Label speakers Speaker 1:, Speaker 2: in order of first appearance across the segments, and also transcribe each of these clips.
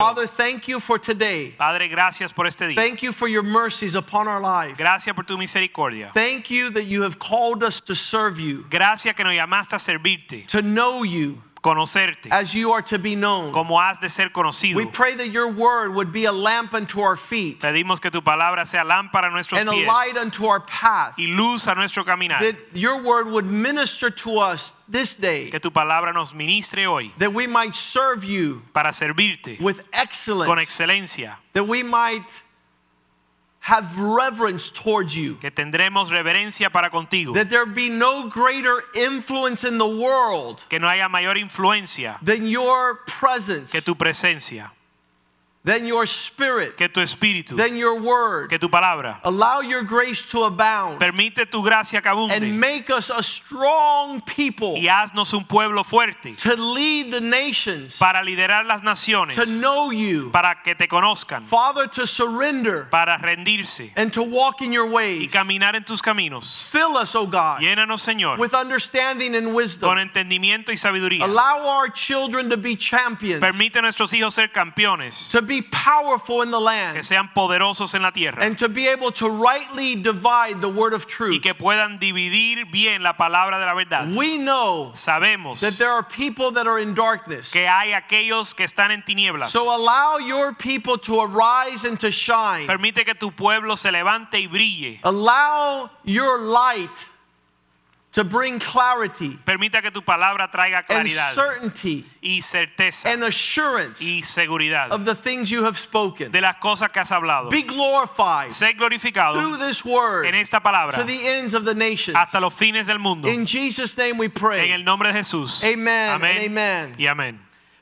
Speaker 1: Father, thank you for today.
Speaker 2: Padre, gracias por este día.
Speaker 1: Thank you for your mercies upon our life.
Speaker 2: Gracias por tu misericordia.
Speaker 1: Thank you that you have called us to serve you,
Speaker 2: Gracias que nos llamaste a servirte,
Speaker 1: to know you
Speaker 2: conocerte,
Speaker 1: as you are to be known.
Speaker 2: como has de ser conocido.
Speaker 1: We pray that your word would be a lamp unto our feet
Speaker 2: Pedimos que tu palabra sea lámpara a nuestros
Speaker 1: and a
Speaker 2: pies
Speaker 1: light unto our path.
Speaker 2: y luz a nuestro caminar.
Speaker 1: That your word would minister to us this day,
Speaker 2: Que tu palabra nos ministre hoy
Speaker 1: that we might serve you
Speaker 2: para servirte
Speaker 1: with
Speaker 2: con
Speaker 1: excellence,
Speaker 2: excelencia,
Speaker 1: that we might have reverence towards you.
Speaker 2: que tendremos reverencia para contigo,
Speaker 1: That there be no greater influence in the world
Speaker 2: que no haya mayor influencia
Speaker 1: than your presence,
Speaker 2: que tu presencia,
Speaker 1: than your spirit,
Speaker 2: que tu espíritu,
Speaker 1: than your word.
Speaker 2: que tu palabra.
Speaker 1: Allow your grace to abound
Speaker 2: Permite tu gracia que
Speaker 1: and
Speaker 2: abunde
Speaker 1: make us a strong people
Speaker 2: y haznos un pueblo fuerte
Speaker 1: to lead the nations,
Speaker 2: para liderar las naciones,
Speaker 1: to know you,
Speaker 2: para que te conozcan,
Speaker 1: Father, to surrender
Speaker 2: para rendirse
Speaker 1: and to walk in your
Speaker 2: y
Speaker 1: ways.
Speaker 2: caminar en tus caminos.
Speaker 1: Fill us, O God,
Speaker 2: Llénanos, Señor,
Speaker 1: with understanding and
Speaker 2: con
Speaker 1: wisdom.
Speaker 2: entendimiento y sabiduría.
Speaker 1: Allow our children to be champions,
Speaker 2: Permite a nuestros hijos ser campeones,
Speaker 1: to be powerful in the
Speaker 2: que
Speaker 1: land,
Speaker 2: sean poderosos en la tierra
Speaker 1: and to be able to rightly divide the word of
Speaker 2: y
Speaker 1: truth.
Speaker 2: que puedan dividir bien la palabra de la verdad.
Speaker 1: We know
Speaker 2: Sabemos
Speaker 1: that there are people that are in darkness.
Speaker 2: que hay aquellos que están en tinieblas.
Speaker 1: So allow your people to arise and to shine.
Speaker 2: Permite que tu pueblo se levante y brille.
Speaker 1: Allow your light to bring clarity
Speaker 2: Permita que tu palabra traiga
Speaker 1: and
Speaker 2: claridad
Speaker 1: certainty
Speaker 2: y certeza
Speaker 1: and assurance
Speaker 2: y seguridad
Speaker 1: of the things you have spoken.
Speaker 2: de las cosas que has hablado.
Speaker 1: Be glorified
Speaker 2: Sé
Speaker 1: through
Speaker 2: glorificado
Speaker 1: this word
Speaker 2: en esta palabra
Speaker 1: to the ends of the nations.
Speaker 2: hasta los fines del mundo.
Speaker 1: In Jesus' name we
Speaker 2: En
Speaker 1: pray.
Speaker 2: el nombre de Jesús.
Speaker 1: Amen and
Speaker 2: Amén.
Speaker 1: amen.
Speaker 2: Y amén.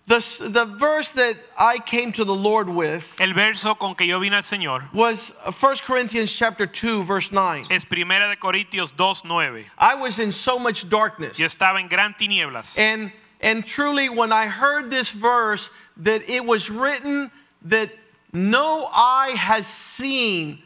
Speaker 1: The, s- the verse that I came to the Lord with
Speaker 2: El verso con que yo vine al Señor
Speaker 1: was 1 Corinthians chapter 2 verse 9.
Speaker 2: es Primera de Corintios 2:9.
Speaker 1: I was in so much darkness.
Speaker 2: Yo estaba en gran tinieblas
Speaker 1: And and truly when I heard this verse that it was written that no eye has seen,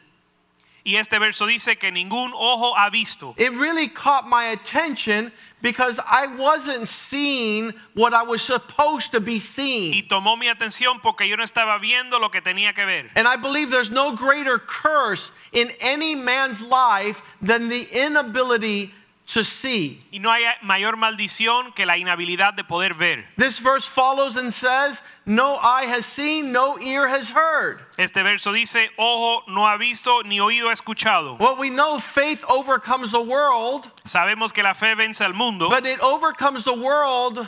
Speaker 2: y este verso dice que ningún ojo ha visto.
Speaker 1: it really caught my attention because I wasn't seeing what I was supposed to be
Speaker 2: Y
Speaker 1: seeing.
Speaker 2: tomó mi atención porque yo no estaba viendo lo que tenía que ver.
Speaker 1: And I believe there's no greater curse in any man's life than the inability to see.
Speaker 2: Y no hay mayor maldición que la inhabilidad de poder ver.
Speaker 1: This verse follows and says, No eye has seen, no ear has heard.
Speaker 2: Este verso dice, ojo no ha visto ni oído ha escuchado.
Speaker 1: Well, we know faith overcomes the world.
Speaker 2: Sabemos que la fe vence al mundo,
Speaker 1: But it overcomes the world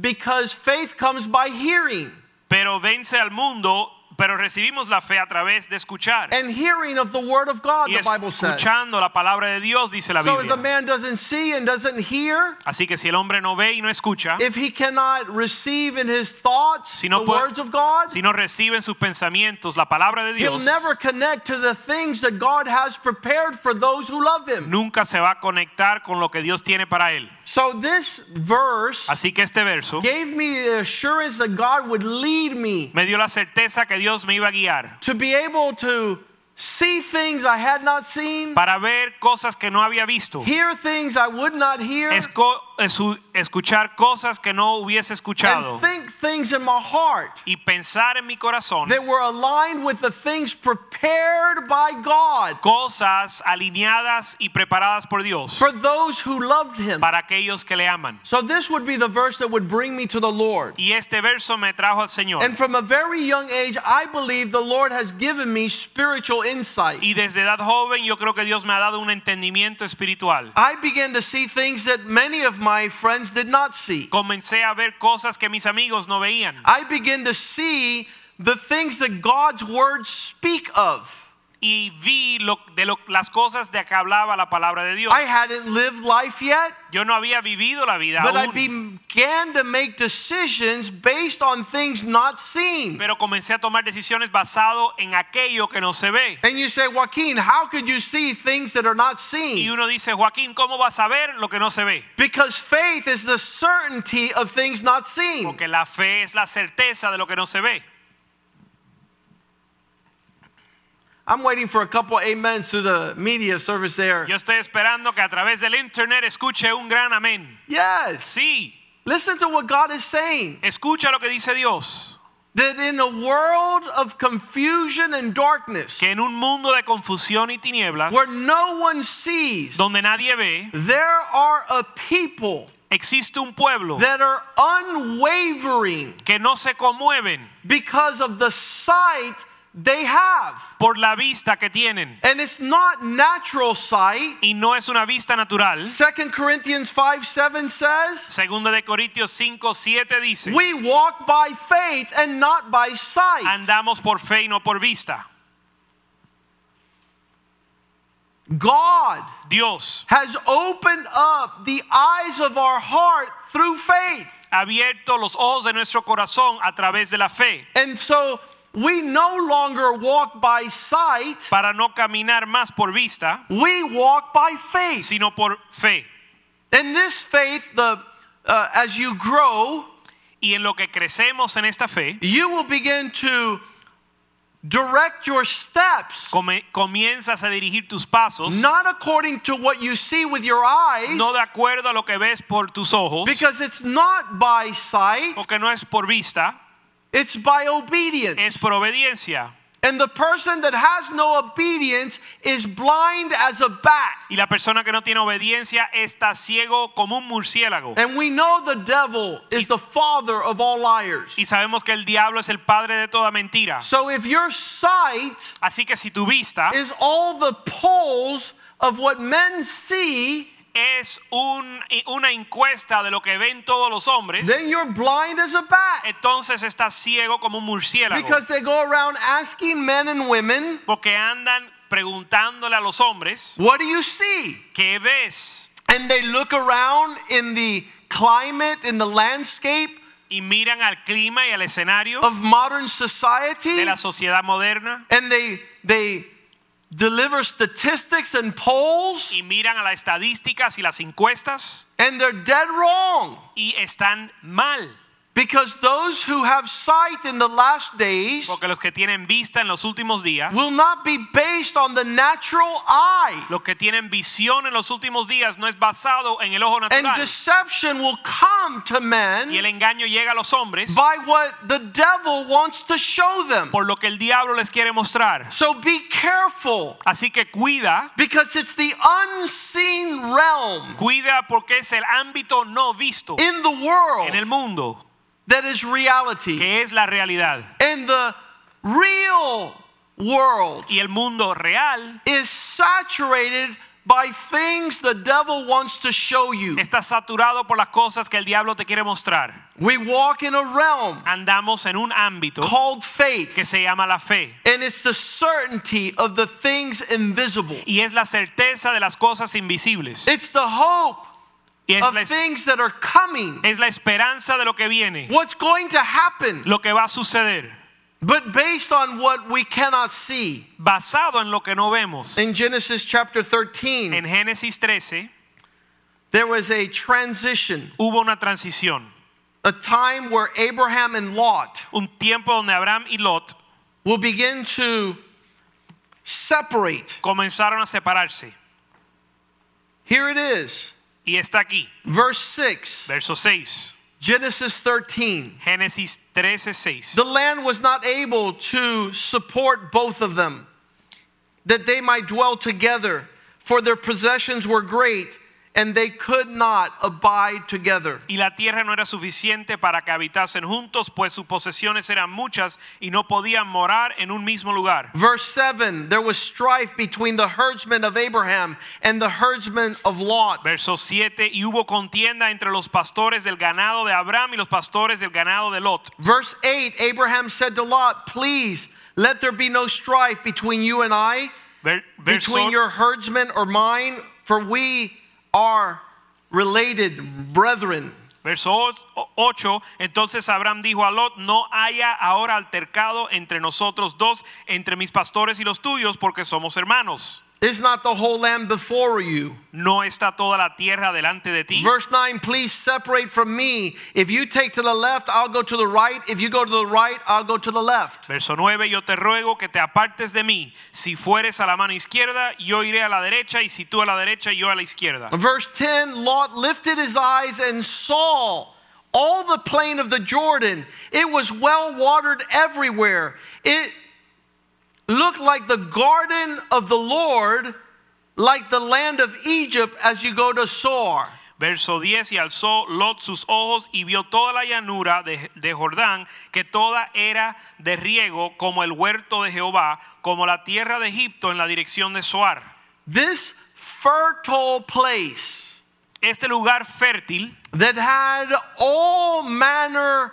Speaker 1: because faith comes by hearing,
Speaker 2: pero vence al mundo, pero recibimos la fe a través de escuchar.
Speaker 1: and hearing of the word of God,
Speaker 2: y
Speaker 1: the Bible says.
Speaker 2: escuchando la palabra de Dios, dice la
Speaker 1: So if the
Speaker 2: Biblia.
Speaker 1: man doesn't see and doesn't hear,
Speaker 2: Así que si el hombre no ve y no escucha,
Speaker 1: if he cannot receive in his thoughts
Speaker 2: Si no
Speaker 1: the
Speaker 2: puede-
Speaker 1: words of God,
Speaker 2: si no recibe en sus pensamientos la palabra de
Speaker 1: he'll
Speaker 2: Dios,
Speaker 1: never connect to the things that God has prepared for those who love him.
Speaker 2: nunca se va a conectar con lo que Dios tiene para él.
Speaker 1: So this verse
Speaker 2: Así que este verso
Speaker 1: gave me the assurance that God would lead me
Speaker 2: me dio la certeza que Dios me iba a guiar
Speaker 1: to be able to see things I had not seen,
Speaker 2: para ver cosas que no había visto,
Speaker 1: hear things I would not hear.
Speaker 2: esco- esu- escuchar cosas que no hubiese escuchado
Speaker 1: and think things in my heart
Speaker 2: y pensar en mi corazón
Speaker 1: that were aligned with the things prepared by God
Speaker 2: cosas alineadas y preparadas por Dios
Speaker 1: for those who loved Him.
Speaker 2: para aquellos que le aman.
Speaker 1: So, this would be the verse that would bring me to the Lord.
Speaker 2: Y este verso me trajo al Señor.
Speaker 1: And from a very young age, I believe the Lord has given me spiritual insight.
Speaker 2: Y desde edad joven yo creo que Dios me ha dado un entendimiento espiritual.
Speaker 1: I began to see things that many of my friends did not see.
Speaker 2: Comencé a ver cosas que mis amigos no veían.
Speaker 1: I began to see the things that God's words speak of.
Speaker 2: y vi lo- de lo- las cosas de que hablaba la palabra de Dios.
Speaker 1: I hadn't lived life yet,
Speaker 2: Yo no había vivido la vida
Speaker 1: but I
Speaker 2: aún,
Speaker 1: began to make decisions based on things not seen.
Speaker 2: pero comencé a tomar decisiones basado en aquello que no se ve.
Speaker 1: And you say, Joaquin, how could you see things that are not
Speaker 2: Y
Speaker 1: seen?
Speaker 2: uno dice, Joaquín, ¿cómo vas a ver lo que no se ve?
Speaker 1: Because faith is the certainty of things not seen.
Speaker 2: Porque la fe es la certeza de lo que no se ve.
Speaker 1: I'm waiting for a couple amens through the media service there.
Speaker 2: Yo estoy esperando que a través del internet escuche un gran amén.
Speaker 1: Yes.
Speaker 2: Sí,
Speaker 1: Listen to what God is saying.
Speaker 2: escucha lo que dice Dios.
Speaker 1: That in a world of confusion and darkness,
Speaker 2: Que en un mundo de confusión y tinieblas,
Speaker 1: where no one sees,
Speaker 2: donde nadie ve,
Speaker 1: there are a people
Speaker 2: existe un pueblo
Speaker 1: that are unwavering
Speaker 2: que no se conmueven
Speaker 1: because of the sight they have.
Speaker 2: por la vista que tienen.
Speaker 1: And it's not natural sight.
Speaker 2: Y no es una vista natural.
Speaker 1: 2 Corinthians 5 7 says,
Speaker 2: Segunda de Corintios 5, 7 dice,
Speaker 1: We walk by faith and not by sight.
Speaker 2: andamos por fe y no por vista.
Speaker 1: God
Speaker 2: Dios
Speaker 1: has opened up the eyes of our heart through faith.
Speaker 2: ha abierto los ojos de nuestro corazón a través de la fe
Speaker 1: And so we no longer walk by sight,
Speaker 2: para no caminar más por vista,
Speaker 1: we walk by faith.
Speaker 2: sino por fe.
Speaker 1: And this faith, the uh, as you grow,
Speaker 2: Y en lo que crecemos en esta fe,
Speaker 1: you will begin to direct your steps
Speaker 2: come- comienzas a dirigir tus pasos
Speaker 1: not according to what you see with your eyes
Speaker 2: no de acuerdo a lo que ves por tus ojos,
Speaker 1: because it's not by sight,
Speaker 2: porque no es por vista,
Speaker 1: it's by obedience.
Speaker 2: es por obediencia.
Speaker 1: and the person that has no obedience is blind as a bat.
Speaker 2: Y la persona que no tiene obediencia está ciego como un murciélago.
Speaker 1: And we know the devil is the father of all liars.
Speaker 2: Y sabemos que el diablo es el padre de toda mentira.
Speaker 1: So if your sight
Speaker 2: Así que si tu vista
Speaker 1: is all the poles of what men see,
Speaker 2: es un- una encuesta de lo que ven todos los hombres,
Speaker 1: then you're blind as a bat.
Speaker 2: entonces estás ciego como un murciélago.
Speaker 1: Because they go around asking men and women,
Speaker 2: Porque andan preguntándole a los hombres,
Speaker 1: What do you see?
Speaker 2: ¿qué ves?
Speaker 1: And they look around in the climate, in the landscape
Speaker 2: Y miran al clima y al escenario
Speaker 1: of modern society,
Speaker 2: de la sociedad moderna.
Speaker 1: and they, they deliver statistics and polls,
Speaker 2: y miran a las estadísticas y las encuestas
Speaker 1: and they're dead wrong.
Speaker 2: y están mal.
Speaker 1: Because those who have sight in the last days
Speaker 2: Porque los que tienen vista en los últimos días,
Speaker 1: will not be based on the natural eye.
Speaker 2: los que tienen visión en los últimos días, no es basado en el ojo
Speaker 1: And
Speaker 2: natural.
Speaker 1: deception will come to
Speaker 2: Y el
Speaker 1: men
Speaker 2: engaño llega a los hombres
Speaker 1: by what the devil wants to show them.
Speaker 2: por lo que el diablo les quiere mostrar.
Speaker 1: So be careful
Speaker 2: Así que cuida,
Speaker 1: because it's the unseen realm
Speaker 2: cuida porque es el ámbito no visto
Speaker 1: in the world
Speaker 2: en el mundo
Speaker 1: that is reality.
Speaker 2: que es la realidad.
Speaker 1: And the real world
Speaker 2: Y el mundo real
Speaker 1: is saturated by things the devil wants to show you.
Speaker 2: está saturado por las cosas que el diablo te quiere mostrar.
Speaker 1: We walk in a realm
Speaker 2: Andamos en un ámbito
Speaker 1: called faith,
Speaker 2: que se llama la fe.
Speaker 1: and it's the certainty of the things invisible.
Speaker 2: y es la certeza de las cosas invisibles.
Speaker 1: It's the hope
Speaker 2: Y es
Speaker 1: of
Speaker 2: la, es-
Speaker 1: things that are coming,
Speaker 2: es la esperanza de lo que viene,
Speaker 1: what's going to happen,
Speaker 2: lo que va a suceder,
Speaker 1: but based on what we cannot see.
Speaker 2: basado en lo que no vemos.
Speaker 1: In Genesis chapter 13,
Speaker 2: En Génesis 13
Speaker 1: there was a transition,
Speaker 2: hubo una transición,
Speaker 1: a time where Abraham and Lot
Speaker 2: un tiempo donde Abraham y Lot
Speaker 1: will begin to separate.
Speaker 2: comenzaron a separarse.
Speaker 1: Here it is,
Speaker 2: Y está aquí,
Speaker 1: verse 6,
Speaker 2: verso 6,
Speaker 1: Genesis 13.
Speaker 2: Génesis 13, 6.
Speaker 1: The land was not able to support both of them, that they might dwell together, for their possessions were great, and they could not abide together.
Speaker 2: Y la tierra no era suficiente para que habitasen juntos, pues sus posesiones eran muchas y no podían morar en un mismo lugar.
Speaker 1: Verse 7 There was strife between the herdsmen of Abraham and the herdsmen of Lot.
Speaker 2: Verso 7, y hubo contienda entre los pastores del ganado de Abraham y los pastores del ganado de Lot.
Speaker 1: Verse 8 Abraham said to Lot, Please let there be no strife between you and I,
Speaker 2: Ver- verso-
Speaker 1: between your herdsmen or mine, for we are related brethren.
Speaker 2: Verso 8, entonces Abraham dijo a Lot, no haya ahora altercado entre nosotros dos, entre mis pastores y los tuyos, porque somos hermanos.
Speaker 1: Is not the whole land before you?
Speaker 2: ¿No está toda la tierra delante de ti?
Speaker 1: Verse 9, please separate from me. If you take to the left, I'll go to the right. If you go to the right, I'll go to the left.
Speaker 2: Verso 9, yo te ruego que te apartes de mí. Si fueres a la mano izquierda, yo iré a la derecha, y si tú a la derecha, yo a la izquierda.
Speaker 1: Verse 10, Lot lifted his eyes and saw all the plain of the Jordan. It was well watered everywhere. It looked like the garden of the Lord, like the land of Egypt as you go to Sor.
Speaker 2: Verso 10, y alzó Lot sus ojos y vio toda la llanura de, de Jordán, que toda era de riego, como el huerto de Jehová, como la tierra de Egipto en la dirección de Soar.
Speaker 1: This fertile place.
Speaker 2: Este lugar fértil,
Speaker 1: that had all manner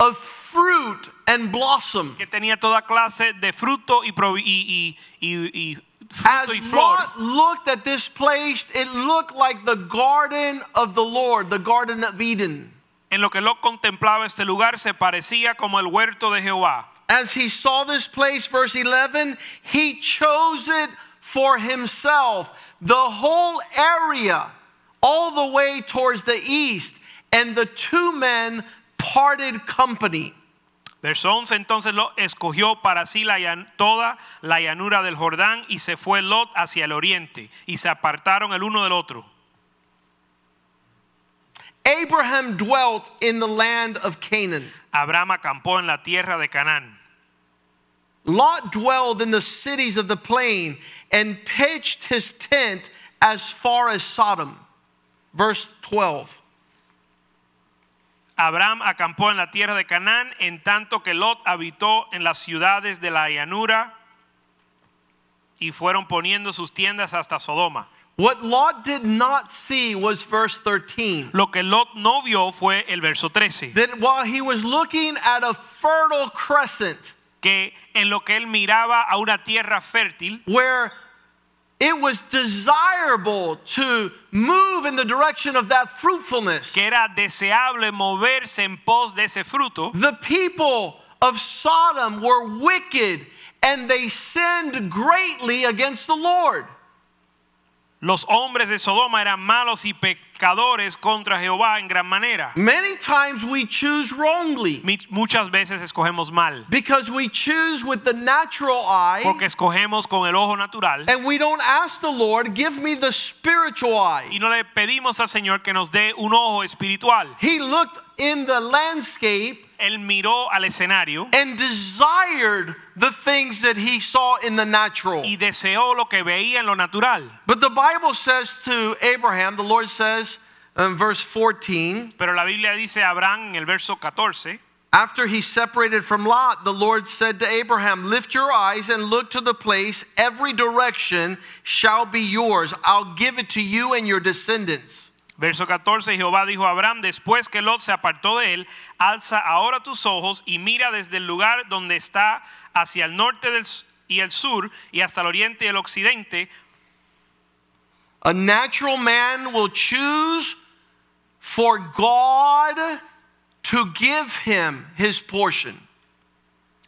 Speaker 1: of fruit and blossom.
Speaker 2: que tenía toda clase de fruto y, provi- y, y- y- y- fruto y
Speaker 1: As
Speaker 2: flor.
Speaker 1: Lot looked at this place, it looked like the garden of the Lord, the garden of Eden.
Speaker 2: En lo que Lot contemplaba este lugar, se parecía como el huerto de Jehová.
Speaker 1: As he saw this place, verse 11, he chose it for himself. The whole area, all the way towards the east, and the two men parted company.
Speaker 2: Verso 11, entonces Lot escogió para sí la llan- toda la llanura del Jordán y se fue Lot hacia el oriente y se apartaron el uno del otro.
Speaker 1: Abraham dwelt in the land of Canaan.
Speaker 2: Abraham acampó en la tierra de Canaán.
Speaker 1: Lot dwelled in the cities of the plain and pitched his tent as far as Sodom. Verse 12.
Speaker 2: Abraham acampó en la tierra de Canaán, en tanto que Lot habitó en las ciudades de la llanura y fueron poniendo sus tiendas hasta Sodoma.
Speaker 1: What Lot did not see was verse 13.
Speaker 2: Lo que Lot no vio fue el verso 13,
Speaker 1: That while he was looking at a fertile crescent
Speaker 2: que en lo que él miraba a una tierra fértil,
Speaker 1: where it was desirable to move in the direction of that fruitfulness,
Speaker 2: que era deseable moverse en pos de ese fruto,
Speaker 1: the people of Sodom were wicked and they sinned greatly against the Lord.
Speaker 2: los hombres de Sodoma eran malos y pecadores contra Jehová en gran manera.
Speaker 1: Many times we choose wrongly
Speaker 2: Mi- Muchas veces escogemos mal,
Speaker 1: because we choose with the natural eye
Speaker 2: porque escogemos con el ojo natural
Speaker 1: and we don't ask the Lord, give me the spiritual
Speaker 2: y
Speaker 1: eye.
Speaker 2: no le pedimos al Señor que nos dé un ojo espiritual.
Speaker 1: He looked in the landscape
Speaker 2: Él miró al escenario
Speaker 1: and desired the things that he saw in the natural.
Speaker 2: y deseó lo que veía en lo natural.
Speaker 1: But the Bible says to Abraham, the Lord says in verse 14,
Speaker 2: Pero la Biblia dice a Abraham en el verso 14,
Speaker 1: After he separated from Lot, the Lord said to Abraham, Lift your eyes and look to the place. Every direction shall be yours. I'll give it to you and your descendants.
Speaker 2: Verso 14, Jehová dijo a Abraham, después que Lot se apartó de él, alza ahora tus ojos y mira desde el lugar donde está hacia el norte del s- y el sur y hasta el oriente y el occidente,
Speaker 1: A natural man will choose for God to give him his portion.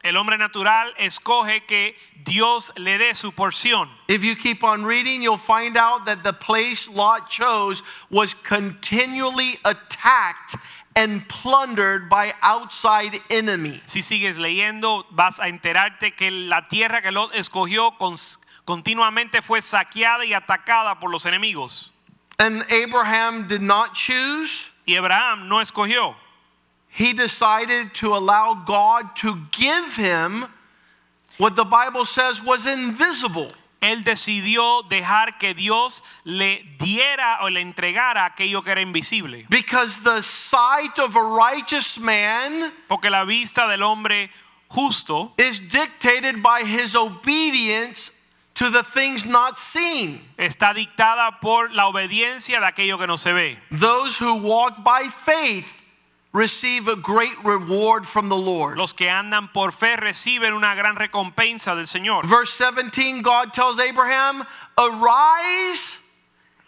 Speaker 2: el hombre natural escoge que Dios le dé su porción.
Speaker 1: If you keep on reading, you'll find out that the place Lot chose was continually attacked and plundered by outside enemies.
Speaker 2: Si sigues leyendo, vas a enterarte que la tierra que Lot escogió cons- continuamente fue saqueada y atacada por los enemigos.
Speaker 1: And Abraham did not choose.
Speaker 2: Y Abraham no escogió.
Speaker 1: He decided to allow God to give him what the Bible says was invisible.
Speaker 2: Él decidió dejar que Dios le diera o le entregara aquello que era invisible.
Speaker 1: Because the sight of a righteous man
Speaker 2: Porque la vista del hombre justo
Speaker 1: is dictated by his obedience to the things not seen.
Speaker 2: está dictada por la obediencia de aquello que no se ve.
Speaker 1: Those who walk by faith receive a great reward from the Lord.
Speaker 2: Los que andan por fe reciben una gran recompensa del Señor.
Speaker 1: Verse 17, God tells Abraham, Arise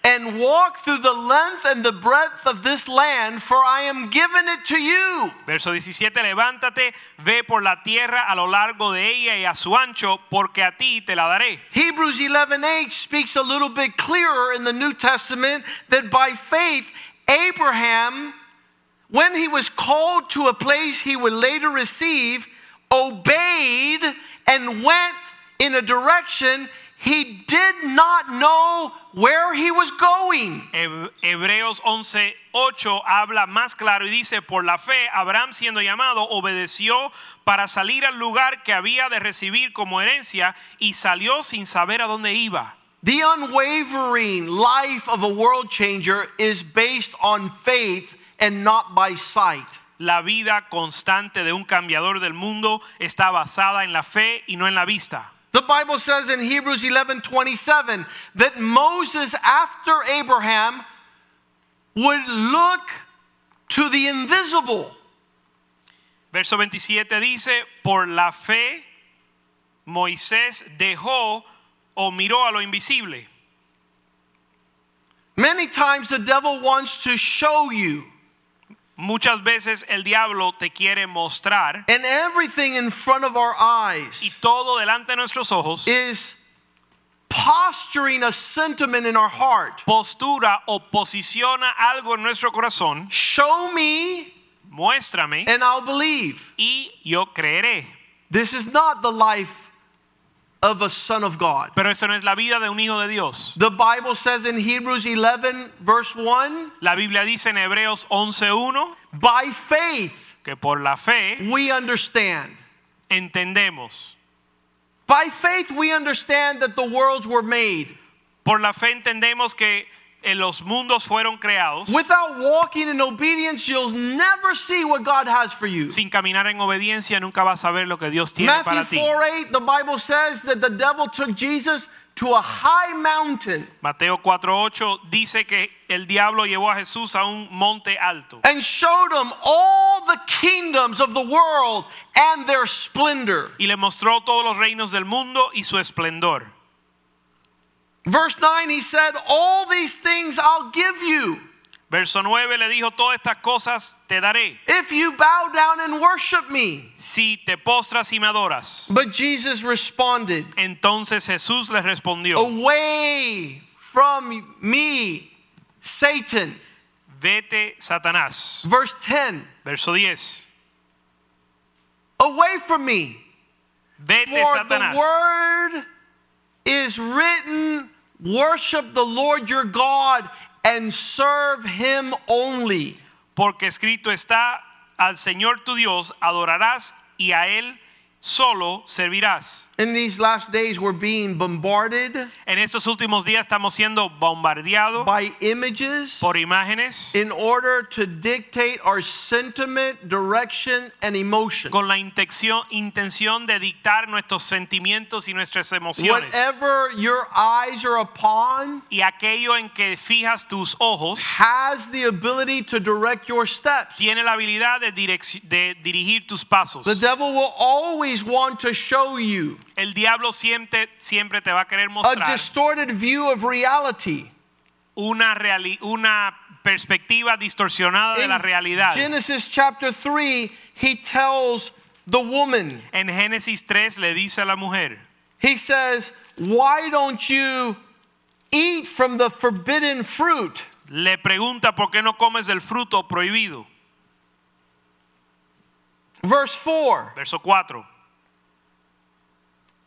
Speaker 1: and walk through the length and the breadth of this land, for I am giving it to you.
Speaker 2: Verso 17, levántate, ve por la tierra a lo largo de ella y a su ancho, porque a ti te la daré.
Speaker 1: Hebrews 11:8 speaks a little bit clearer in the New Testament that by faith Abraham when he was called to a place he would later receive obeyed and went in a direction he did not know where he was going.
Speaker 2: Heb- Hebreos 11, 8 habla más claro y dice, por la fe, Abraham siendo llamado, obedeció para salir al lugar que había de recibir como herencia y salió sin saber a dónde iba.
Speaker 1: The unwavering life of a world changer is based on faith and not by sight.
Speaker 2: La vida constante de un cambiador del mundo está basada en la fe y no en la vista.
Speaker 1: The Bible says in Hebrews 11 27 that Moses, after Abraham, would look to the invisible.
Speaker 2: Verso 27 dice, por la fe Moisés dejó o miró a lo invisible.
Speaker 1: Many times the devil wants to show you,
Speaker 2: Muchas veces el diablo te quiere mostrar
Speaker 1: and everything in front of our
Speaker 2: y
Speaker 1: eyes
Speaker 2: todo delante de nuestros ojos
Speaker 1: is posturing a sentiment in our heart.
Speaker 2: postura o posiciona algo en nuestro corazón,
Speaker 1: Show me,
Speaker 2: muéstrame
Speaker 1: and I'll believe.
Speaker 2: y yo creeré.
Speaker 1: This is not the life of a son of God.
Speaker 2: Pero eso no es la vida de un hijo de Dios.
Speaker 1: The Bible says in Hebrews 11, verse 1,
Speaker 2: La Biblia dice en Hebreos 11:1
Speaker 1: by faith
Speaker 2: que por la fe
Speaker 1: we understand.
Speaker 2: entendemos.
Speaker 1: By faith we understand that the worlds were made.
Speaker 2: Por la fe entendemos que eh, los mundos fueron creados.
Speaker 1: Without walking in obedience, you'll never see what God has for you.
Speaker 2: Sin caminar en obediencia nunca vas a ver lo que Dios tiene
Speaker 1: Matthew
Speaker 2: para ti.
Speaker 1: 4 8, the Bible says that the devil took Jesus to a high mountain
Speaker 2: Mateo 4:8 dice que el diablo llevó a Jesús a un monte alto
Speaker 1: and showed him all the kingdoms of the world and their splendor.
Speaker 2: y le mostró todos los reinos del mundo y su esplendor.
Speaker 1: Verse 9, he said, All these things I'll give you
Speaker 2: Verso 9 le dijo, todas estas cosas te daré
Speaker 1: if you bow down and worship me.
Speaker 2: si te postras y me adoras.
Speaker 1: But Jesus responded,
Speaker 2: Entonces Jesús les respondió,
Speaker 1: Oh. Away from me, Satan.
Speaker 2: vete Satanás.
Speaker 1: Verse 10
Speaker 2: Verso 10,
Speaker 1: Away from me, for
Speaker 2: vete
Speaker 1: the
Speaker 2: Satanás.
Speaker 1: word is written worship the Lord your God and serve him only.
Speaker 2: Porque escrito está, al Señor tu Dios adorarás y a Él solo servirás.
Speaker 1: In these last days, we're being bombarded
Speaker 2: En estos últimos días estamos siendo bombardeados
Speaker 1: by images
Speaker 2: por imágenes
Speaker 1: in order to dictate our sentiment, direction, and emotion.
Speaker 2: con la intención, intención de dictar nuestros sentimientos y nuestras emociones.
Speaker 1: Whatever your eyes are upon
Speaker 2: Y aquello en que fijas tus ojos
Speaker 1: has the ability to direct your steps.
Speaker 2: tiene la habilidad de, direc- de dirigir tus pasos.
Speaker 1: The devil will always want to show you
Speaker 2: El diablo siempre, siempre te va a querer
Speaker 1: a
Speaker 2: mostrar
Speaker 1: distorted view of reality.
Speaker 2: una, reali- una perspectiva distorsionada de
Speaker 1: In
Speaker 2: la realidad.
Speaker 1: Genesis chapter 3, he tells the woman,
Speaker 2: En Génesis 3 le dice a la mujer,
Speaker 1: he says, Why don't you eat from the forbidden fruit?
Speaker 2: le pregunta por qué no comes del fruto prohibido.
Speaker 1: Verse 4
Speaker 2: Verso 4.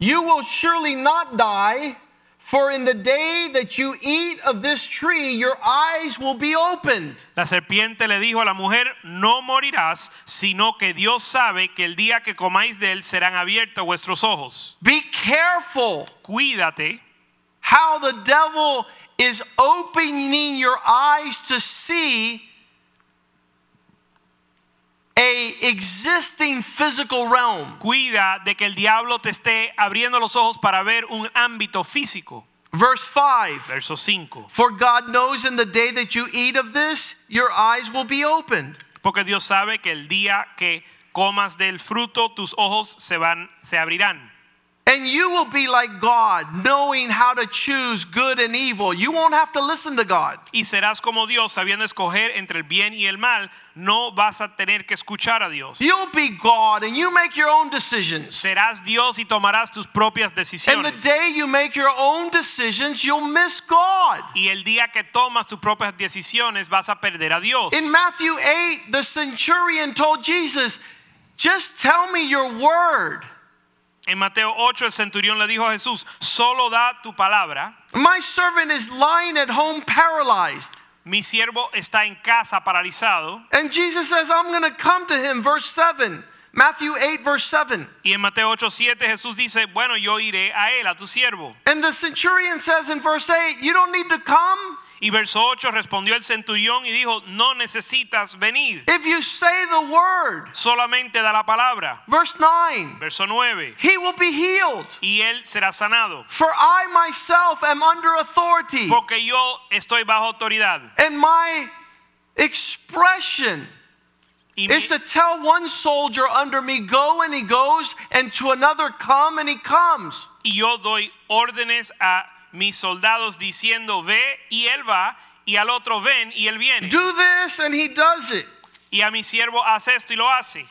Speaker 1: You will surely not die, for in the day that you eat of this tree, your eyes will be opened.
Speaker 2: La serpiente le dijo a la mujer, no morirás, sino que Dios sabe que el día que comáis de él serán abiertos vuestros ojos.
Speaker 1: Be careful
Speaker 2: Cuídate
Speaker 1: how the devil is opening your eyes to see a existing physical realm.
Speaker 2: Cuida de que el diablo te esté abriendo los ojos para ver un ámbito físico.
Speaker 1: Verse 5
Speaker 2: Verso 5.
Speaker 1: For God knows in the day that you eat of this, your eyes will be opened.
Speaker 2: porque Dios sabe que el día que comas del fruto tus ojos se van se abrirán.
Speaker 1: And you will be like God, knowing how to choose good and evil. You won't have to listen to God.
Speaker 2: Y serás como Dios, sabiendo escoger entre el bien y el mal, no vas a tener que escuchar a Dios.
Speaker 1: You'll be God and you make your own decisions.
Speaker 2: Serás Dios y tomarás tus propias
Speaker 1: And the
Speaker 2: decisiones.
Speaker 1: day you make your own decisions, you'll miss God.
Speaker 2: Y el día que tomas tus propias decisiones vas a perder a Dios.
Speaker 1: In Matthew 8, the centurion told Jesus, Just tell me your word.
Speaker 2: En Mateo 8 el centurión le dijo a Jesús, solo da tu palabra,
Speaker 1: My servant is lying at home paralyzed.
Speaker 2: mi siervo está en casa paralizado.
Speaker 1: And Jesus says, I'm going to come to him. Verse 7, Matthew 8, verse 7.
Speaker 2: Y en Mateo 8, 7 Jesús dice, bueno, yo iré a él, a tu siervo.
Speaker 1: And the centurion says in verse 8, You don't need to come.
Speaker 2: Y verso 8 respondió el centurión y dijo, no necesitas venir,
Speaker 1: If you say the word,
Speaker 2: solamente da la palabra.
Speaker 1: verse 9,
Speaker 2: Verso 9,
Speaker 1: he will be healed.
Speaker 2: y él será sanado,
Speaker 1: For I myself am under authority,
Speaker 2: porque yo estoy bajo autoridad.
Speaker 1: and my expression
Speaker 2: Y mi-
Speaker 1: is to tell one soldier under me, Go, and he goes, and to another, Come, and he comes.
Speaker 2: y yo doy órdenes a mis soldados diciendo, ve y él va, y al otro ven y él viene.
Speaker 1: Do this, and he does it.
Speaker 2: y a mi siervo hace esto y lo hace.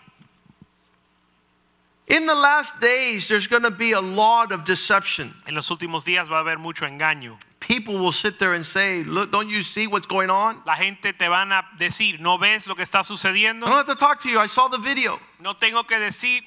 Speaker 1: In the last days, there's going to be a lot of deception.
Speaker 2: En los últimos días va a haber mucho engaño.
Speaker 1: People will sit there and say, Look, don't you see what's going on?
Speaker 2: La gente te van a decir, ¿no ves lo que está
Speaker 1: I
Speaker 2: sucediendo?
Speaker 1: don't have to talk to you. I saw the video.
Speaker 2: No tengo que decir,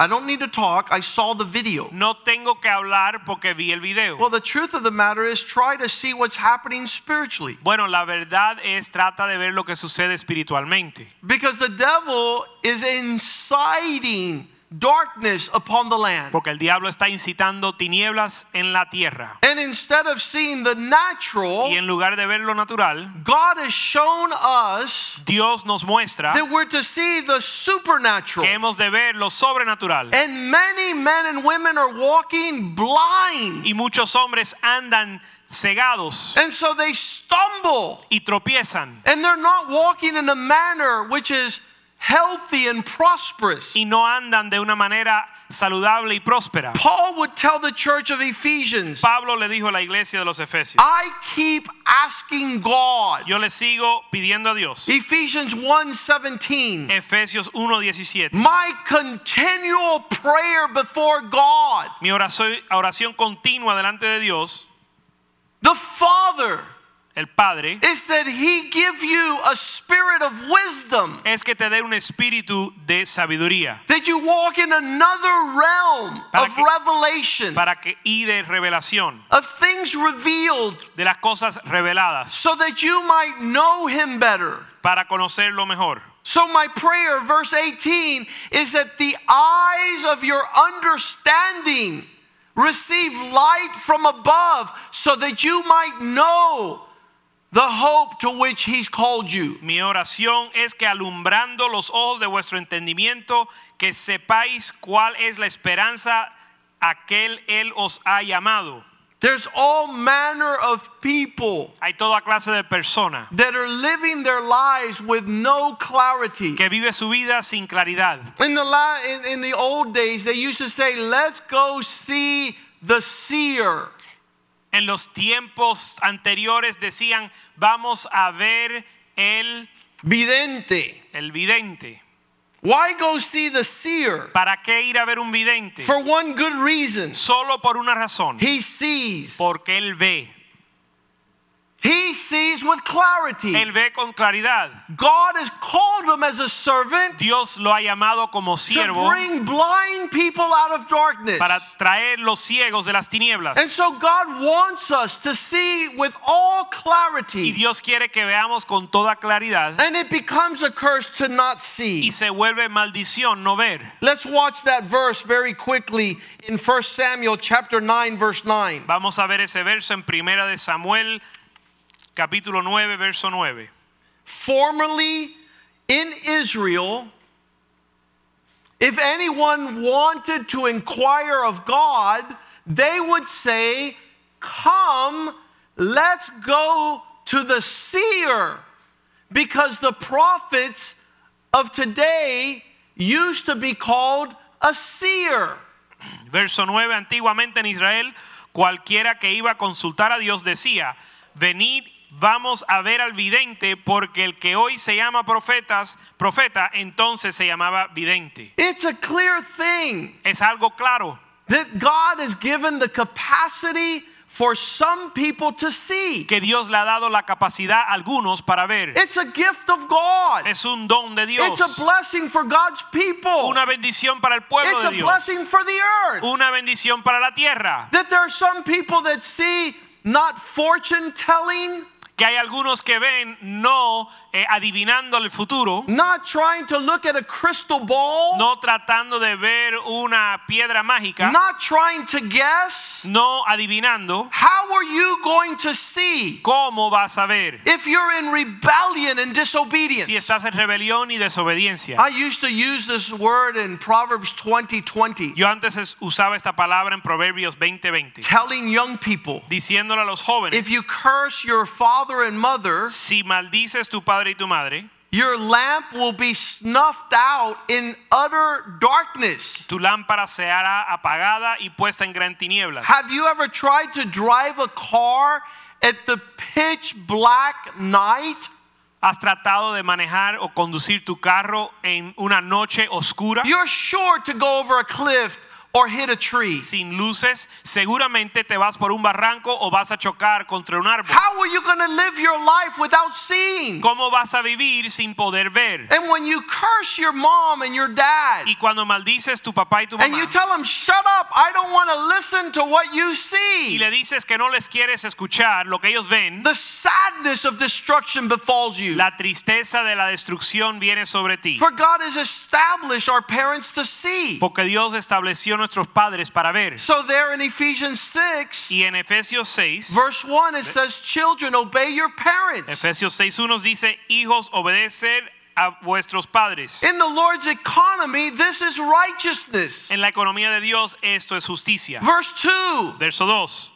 Speaker 1: I don't need to talk. I saw the video.
Speaker 2: no tengo que hablar porque vi el
Speaker 1: Well,
Speaker 2: video.
Speaker 1: the truth of the matter is try to see what's happening spiritually.
Speaker 2: Bueno, la verdad es trata de ver lo que sucede espiritualmente.
Speaker 1: Because the devil is inciting darkness upon the land.
Speaker 2: Porque el diablo está incitando tinieblas en la tierra.
Speaker 1: And instead of seeing the
Speaker 2: Y
Speaker 1: natural,
Speaker 2: en lugar de ver lo natural,
Speaker 1: God has shown us
Speaker 2: Dios nos muestra
Speaker 1: that we're to see the supernatural.
Speaker 2: que hemos de ver lo sobrenatural.
Speaker 1: And many men and women are walking blind.
Speaker 2: Y muchos hombres andan cegados
Speaker 1: And so they stumble.
Speaker 2: y tropiezan.
Speaker 1: And they're not walking in a manner which is healthy and prosperous.
Speaker 2: y no andan de una manera saludable y próspera.
Speaker 1: Paul would tell the church of Ephesians,
Speaker 2: Pablo le dijo a la iglesia de los Efesios,
Speaker 1: I keep asking God.
Speaker 2: yo le sigo pidiendo a Dios.
Speaker 1: Ephesians 1:17.
Speaker 2: Efesios 1:17.
Speaker 1: My continual prayer before God,
Speaker 2: Mi oración, oración continua delante de Dios,
Speaker 1: the Father,
Speaker 2: el Padre,
Speaker 1: is that he give you a spirit of wisdom,
Speaker 2: es que te dé un espíritu de sabiduría
Speaker 1: that you walk in another realm
Speaker 2: Para
Speaker 1: of
Speaker 2: que-
Speaker 1: revelation,
Speaker 2: para que y de revelación,
Speaker 1: of things revealed,
Speaker 2: de las cosas reveladas,
Speaker 1: so that you might know him better.
Speaker 2: para conocerlo mejor.
Speaker 1: So, my prayer, verse 18, is that the eyes of your understanding receive light from above so that you might know the hope to which He's called you.
Speaker 2: Mi oración es que alumbrando los ojos de vuestro entendimiento, que sepáis cuál es la esperanza a que él, él os ha llamado.
Speaker 1: There's all manner of people
Speaker 2: Hay toda clase de personas
Speaker 1: that are living their lives with no clarity.
Speaker 2: que vive su vida sin claridad.
Speaker 1: In the, la- in, in the old days, they used to say, Let's go see the seer.
Speaker 2: En los tiempos anteriores decían, vamos a ver el,
Speaker 1: Vidente.
Speaker 2: el vidente.
Speaker 1: Why go see the seer?
Speaker 2: ¿Para qué ir a ver un vidente?
Speaker 1: For one good reason.
Speaker 2: Solo por una razón,
Speaker 1: He sees.
Speaker 2: porque él ve.
Speaker 1: He sees with clarity.
Speaker 2: Él ve con claridad.
Speaker 1: God has called him as a servant
Speaker 2: Dios lo ha llamado como
Speaker 1: to
Speaker 2: siervo
Speaker 1: bring blind people out of darkness.
Speaker 2: para traer los ciegos de las tinieblas.
Speaker 1: And so God wants us to see with all
Speaker 2: Y
Speaker 1: clarity.
Speaker 2: Dios quiere que veamos con toda claridad
Speaker 1: And it becomes a curse to not see.
Speaker 2: y se vuelve maldición no ver.
Speaker 1: Let's watch that verse very quickly in 1 Samuel chapter 9 verse 9.
Speaker 2: Vamos a ver ese verso en Primera de Samuel capítulo 9 verso 9.
Speaker 1: formerly in Israel, if anyone wanted to inquire of God, they would say, Come, let's go to the seer Because the prophets of today used to be called a seer.
Speaker 2: Verso 9, antiguamente en Israel, cualquiera que iba a consultar a Dios decía, venid, vamos a ver al vidente, porque el que hoy se llama profetas, profeta, entonces se llamaba vidente.
Speaker 1: It's a clear thing
Speaker 2: Es algo claro,
Speaker 1: that God has given the capacity for some people to see.
Speaker 2: que Dios le ha dado la capacidad a algunos para ver.
Speaker 1: It's a gift of God.
Speaker 2: Es un don de Dios,
Speaker 1: It's a blessing for God's people.
Speaker 2: una bendición para el pueblo
Speaker 1: It's
Speaker 2: de
Speaker 1: a
Speaker 2: Dios,
Speaker 1: blessing for the earth.
Speaker 2: una bendición para la tierra.
Speaker 1: That there are some people that see not fortune telling,
Speaker 2: Que hay algunos que ven no eh, adivinando el futuro,
Speaker 1: not trying to look at a crystal ball,
Speaker 2: no tratando de ver una piedra mágica,
Speaker 1: not trying to guess.
Speaker 2: no adivinando.
Speaker 1: How are you going to see
Speaker 2: ¿Cómo vas a ver
Speaker 1: if you're in rebellion and disobedience?
Speaker 2: si estás en rebelión y desobediencia?
Speaker 1: I used to use this word in Proverbs 20 20.
Speaker 2: Yo antes es- usaba esta palabra en Proverbios 20:20,
Speaker 1: telling young people
Speaker 2: diciéndole a los
Speaker 1: if
Speaker 2: jóvenes,
Speaker 1: you curse your father and mother,
Speaker 2: si maldices tu padre y tu madre,
Speaker 1: your lamp will be snuffed out in utter darkness.
Speaker 2: tu lámpara se hará apagada y puesta en gran tinieblas.
Speaker 1: Have you ever tried to drive a car at the pitch black night?
Speaker 2: ¿Has tratado de manejar o conducir tu carro en una noche oscura?
Speaker 1: You're sure to go over a cliff or hit a tree.
Speaker 2: Sin luces, seguramente te vas por un barranco o vas a chocar contra un árbol.
Speaker 1: How are you going to live your life without seeing?
Speaker 2: ¿Cómo vas a vivir sin poder ver?
Speaker 1: And when you curse your mom and your dad,
Speaker 2: Y cuando maldices tu papá y tu
Speaker 1: and you
Speaker 2: mamá,
Speaker 1: tell them, shut up, I don't want to listen to what you see.
Speaker 2: y le dices que no les quieres escuchar lo que ellos ven,
Speaker 1: The sadness of destruction befalls you.
Speaker 2: la tristeza de la destrucción viene sobre ti.
Speaker 1: For God has established our parents to see.
Speaker 2: Porque Dios estableció nuestros padres para ver.
Speaker 1: So there in Ephesians 6,
Speaker 2: Y en Efesios 6,
Speaker 1: verse 1, it says, Children, obey your parents.
Speaker 2: Efesios 6.1 dice, hijos, obedecer a vuestros padres.
Speaker 1: In the Lord's economy, this is righteousness.
Speaker 2: En la economía de Dios esto es justicia.
Speaker 1: Verse 2,
Speaker 2: Verso 2,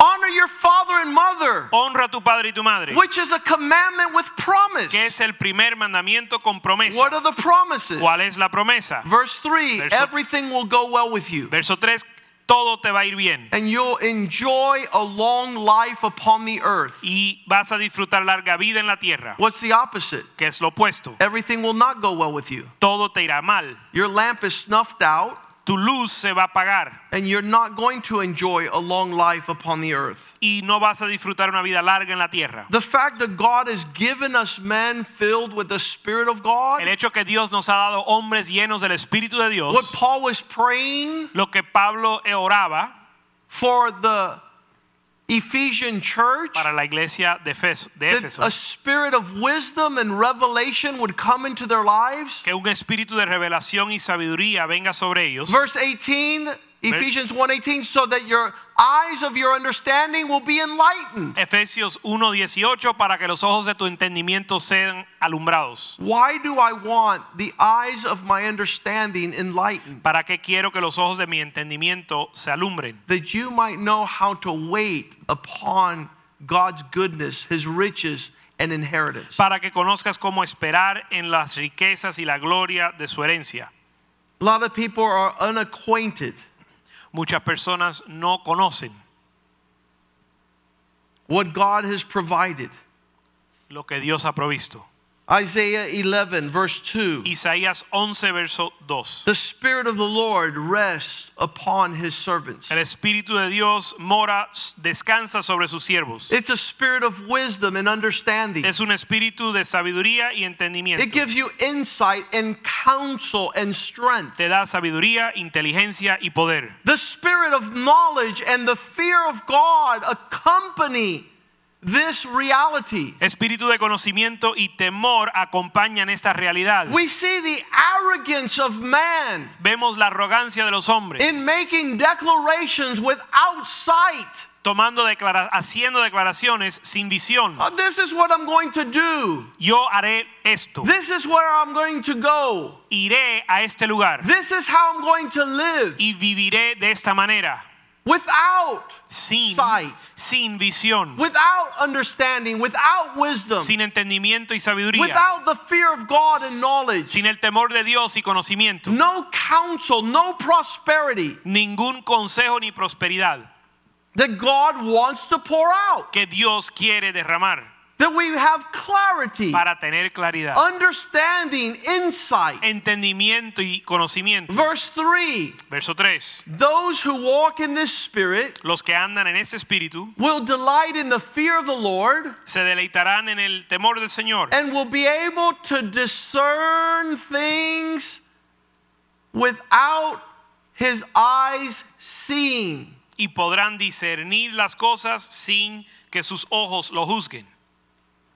Speaker 1: honor your father and mother,
Speaker 2: honra a tu padre y tu madre,
Speaker 1: which is a commandment with promise.
Speaker 2: que es el primer mandamiento con promesa.
Speaker 1: What are the promises?
Speaker 2: ¿Cuál es la promesa?
Speaker 1: Verse 3,
Speaker 2: Verso-
Speaker 1: everything will go well with you,
Speaker 2: Verso 3, todo te va a ir bien
Speaker 1: and you'll enjoy a long life upon the earth.
Speaker 2: y vas a disfrutar larga vida en la tierra,
Speaker 1: What's the opposite?
Speaker 2: que es lo opuesto.
Speaker 1: everything will not go well with you.
Speaker 2: Todo te irá mal.
Speaker 1: Your lamp is snuffed out,
Speaker 2: tu luz se va a apagar
Speaker 1: and you're not going to enjoy a long life upon the earth.
Speaker 2: y no vas a disfrutar una vida larga en la tierra.
Speaker 1: The fact that God has given us men filled with the Spirit of God,
Speaker 2: El hecho que Dios nos ha dado hombres llenos del Espíritu de Dios,
Speaker 1: what Paul was praying
Speaker 2: lo que Pablo oraba
Speaker 1: for the Ephesian church,
Speaker 2: para la iglesia de Efes- de
Speaker 1: that
Speaker 2: Éfeso,
Speaker 1: a spirit of wisdom and revelation would come into their lives.
Speaker 2: que un espíritu de revelación y sabiduría venga sobre ellos.
Speaker 1: Verse 18, Ephesians 1:18, so that your eyes of your understanding will be enlightened.
Speaker 2: Efesios 1:18 para que los ojos de tu entendimiento sean alumbrados.
Speaker 1: Why do I want the eyes of my understanding enlightened?
Speaker 2: ¿Para qué quiero que los ojos de mi entendimiento se alumbren?
Speaker 1: That you might know how to wait upon God's goodness, his riches, and inheritance.
Speaker 2: Para que conozcas cómo esperar en las riquezas y la gloria de su herencia.
Speaker 1: A lot of people are unacquainted
Speaker 2: Muchas personas no conocen
Speaker 1: what God has provided.
Speaker 2: lo que Dios ha provisto.
Speaker 1: Isaiah 11, verse 2.
Speaker 2: Isaías 11, verso 2.
Speaker 1: The Spirit of the Lord rests upon his servants.
Speaker 2: El Espíritu de Dios mora, descansa sobre sus siervos.
Speaker 1: It's a spirit of wisdom and understanding.
Speaker 2: Es un espíritu de sabiduría y
Speaker 1: It
Speaker 2: entendimiento.
Speaker 1: gives you insight and counsel and strength.
Speaker 2: Te da sabiduría, inteligencia y poder.
Speaker 1: The spirit of knowledge and the fear of God accompany this reality.
Speaker 2: Espíritu de conocimiento y temor acompañan esta realidad.
Speaker 1: We see the arrogance of man
Speaker 2: Vemos la arrogancia de los hombres
Speaker 1: in making declarations without sight.
Speaker 2: tomando declara- haciendo declaraciones sin visión.
Speaker 1: Uh, This is what I'm going to do.
Speaker 2: Yo haré esto.
Speaker 1: This is where I'm going to go.
Speaker 2: Iré a este lugar
Speaker 1: This is how I'm going to live.
Speaker 2: y viviré de esta manera.
Speaker 1: without
Speaker 2: sin,
Speaker 1: sight,
Speaker 2: sin visión,
Speaker 1: without understanding, without wisdom,
Speaker 2: sin entendimiento y sabiduría,
Speaker 1: without the fear of God and knowledge,
Speaker 2: sin el temor de Dios y conocimiento,
Speaker 1: no counsel, no prosperity
Speaker 2: ningún consejo ni prosperidad
Speaker 1: that God wants to pour out.
Speaker 2: que Dios quiere derramar
Speaker 1: That we have clarity,
Speaker 2: para tener claridad,
Speaker 1: understanding, insight.
Speaker 2: entendimiento y conocimiento.
Speaker 1: Verse 3
Speaker 2: Verso 3.
Speaker 1: Those who walk in this spirit
Speaker 2: Los que andan en ese espíritu
Speaker 1: will delight in the fear of the Lord
Speaker 2: se deleitarán en el temor del Señor
Speaker 1: and will be able to discern things without his eyes seeing.
Speaker 2: y podrán discernir las cosas sin que sus ojos lo juzguen.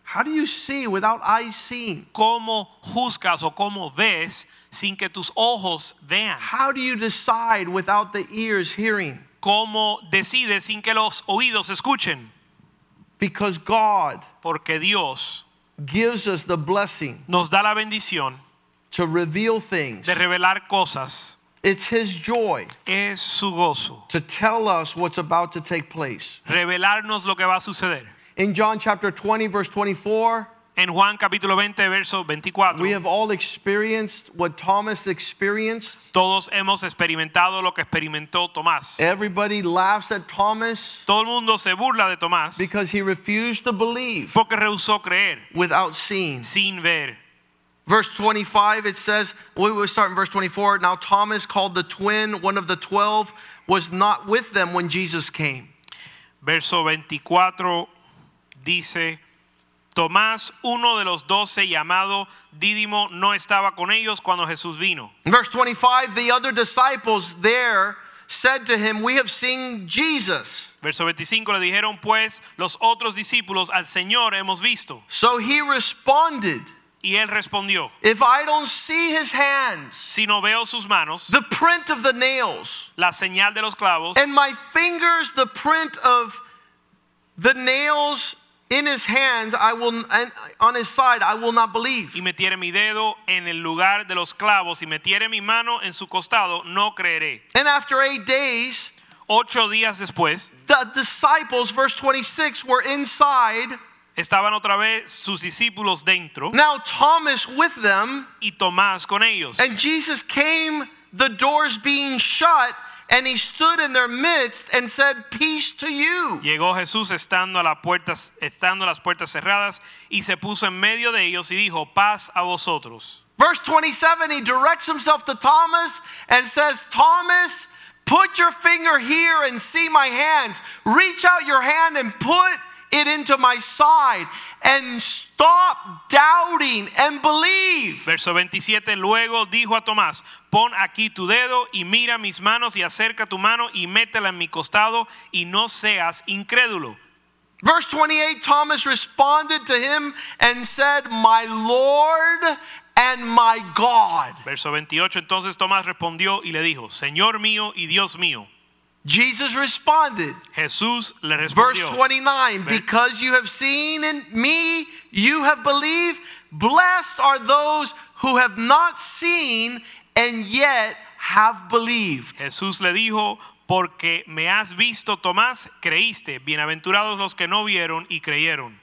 Speaker 1: How do you see without eyes seeing?
Speaker 2: ¿Cómo juzgas o cómo ves sin que tus ojos vean?
Speaker 1: How do you decide without the ears hearing?
Speaker 2: ¿Cómo decides sin que los oídos escuchen?
Speaker 1: Because God
Speaker 2: Porque Dios
Speaker 1: gives us the blessing
Speaker 2: nos da la bendición
Speaker 1: to reveal things.
Speaker 2: de revelar cosas.
Speaker 1: It's his joy
Speaker 2: Es su gozo.
Speaker 1: to tell us what's about to take place.
Speaker 2: Revelarnos lo que va a suceder.
Speaker 1: In John chapter 20, verse 24,
Speaker 2: En Juan capítulo 20, verso 24.
Speaker 1: we have all experienced what Thomas experienced.
Speaker 2: Todos hemos experimentado lo que experimentó Tomás.
Speaker 1: Everybody laughs at Thomas
Speaker 2: Todo el mundo se burla de Tomás
Speaker 1: because he refused to believe
Speaker 2: porque rehusó creer
Speaker 1: without seeing.
Speaker 2: sin ver.
Speaker 1: Verse 25, it says, we will start in verse 24. Now, Thomas, called the twin, one of the twelve, was not with them when Jesus came.
Speaker 2: Verso 24 dice, Tomás, uno de los doce llamado Dídimo, no estaba con ellos cuando Jesús vino.
Speaker 1: In verse 25, the other disciples there said to him, We have seen Jesus.
Speaker 2: Verso 25 le dijeron pues los otros discípulos al Señor hemos visto.
Speaker 1: So he responded,
Speaker 2: Y él respondió,
Speaker 1: If I don't see his hands,
Speaker 2: si no veo sus manos,
Speaker 1: the print of the nails,
Speaker 2: la señal de los clavos,
Speaker 1: and my fingers, the print of the nails in his hands, I will, and on his side, I will not believe.
Speaker 2: y metiere mi dedo en el lugar de los clavos y metiere mi mano en su costado, no creeré.
Speaker 1: And after eight days,
Speaker 2: Ocho días después
Speaker 1: the disciples, verse 26, were inside.
Speaker 2: estaban otra vez sus discípulos dentro
Speaker 1: Now Thomas with them,
Speaker 2: y Tomás con ellos.
Speaker 1: and Jesus came, the doors being shut, and he stood in their midst and said, Peace to you.
Speaker 2: Llegó Jesús estando a, las puertas, estando las puertas cerradas y se puso en medio de ellos y dijo, paz a vosotros.
Speaker 1: Verse 27, he directs himself to Thomas and says, Thomas, put your finger here and see my hands. Reach out your hand and put it into my side and stop doubting and believe.
Speaker 2: Verso 27, luego dijo a Tomás, pon aquí tu dedo y mira mis manos y acerca tu mano y métela en mi costado y no seas incrédulo.
Speaker 1: Verse 28 Thomas responded to him and said, My Lord and my God.
Speaker 2: Verso 28, entonces Tomás respondió y le dijo, Señor mío y Dios mío.
Speaker 1: Jesus responded,
Speaker 2: Jesús le
Speaker 1: verse
Speaker 2: respondió,
Speaker 1: 29
Speaker 2: Ver-
Speaker 1: Because you have seen in me, you have believed. Blessed are those who have not seen and yet have believed.
Speaker 2: Jesús le dijo, porque me has visto, Tomás, creíste. Bienaventurados los que no vieron y creyeron.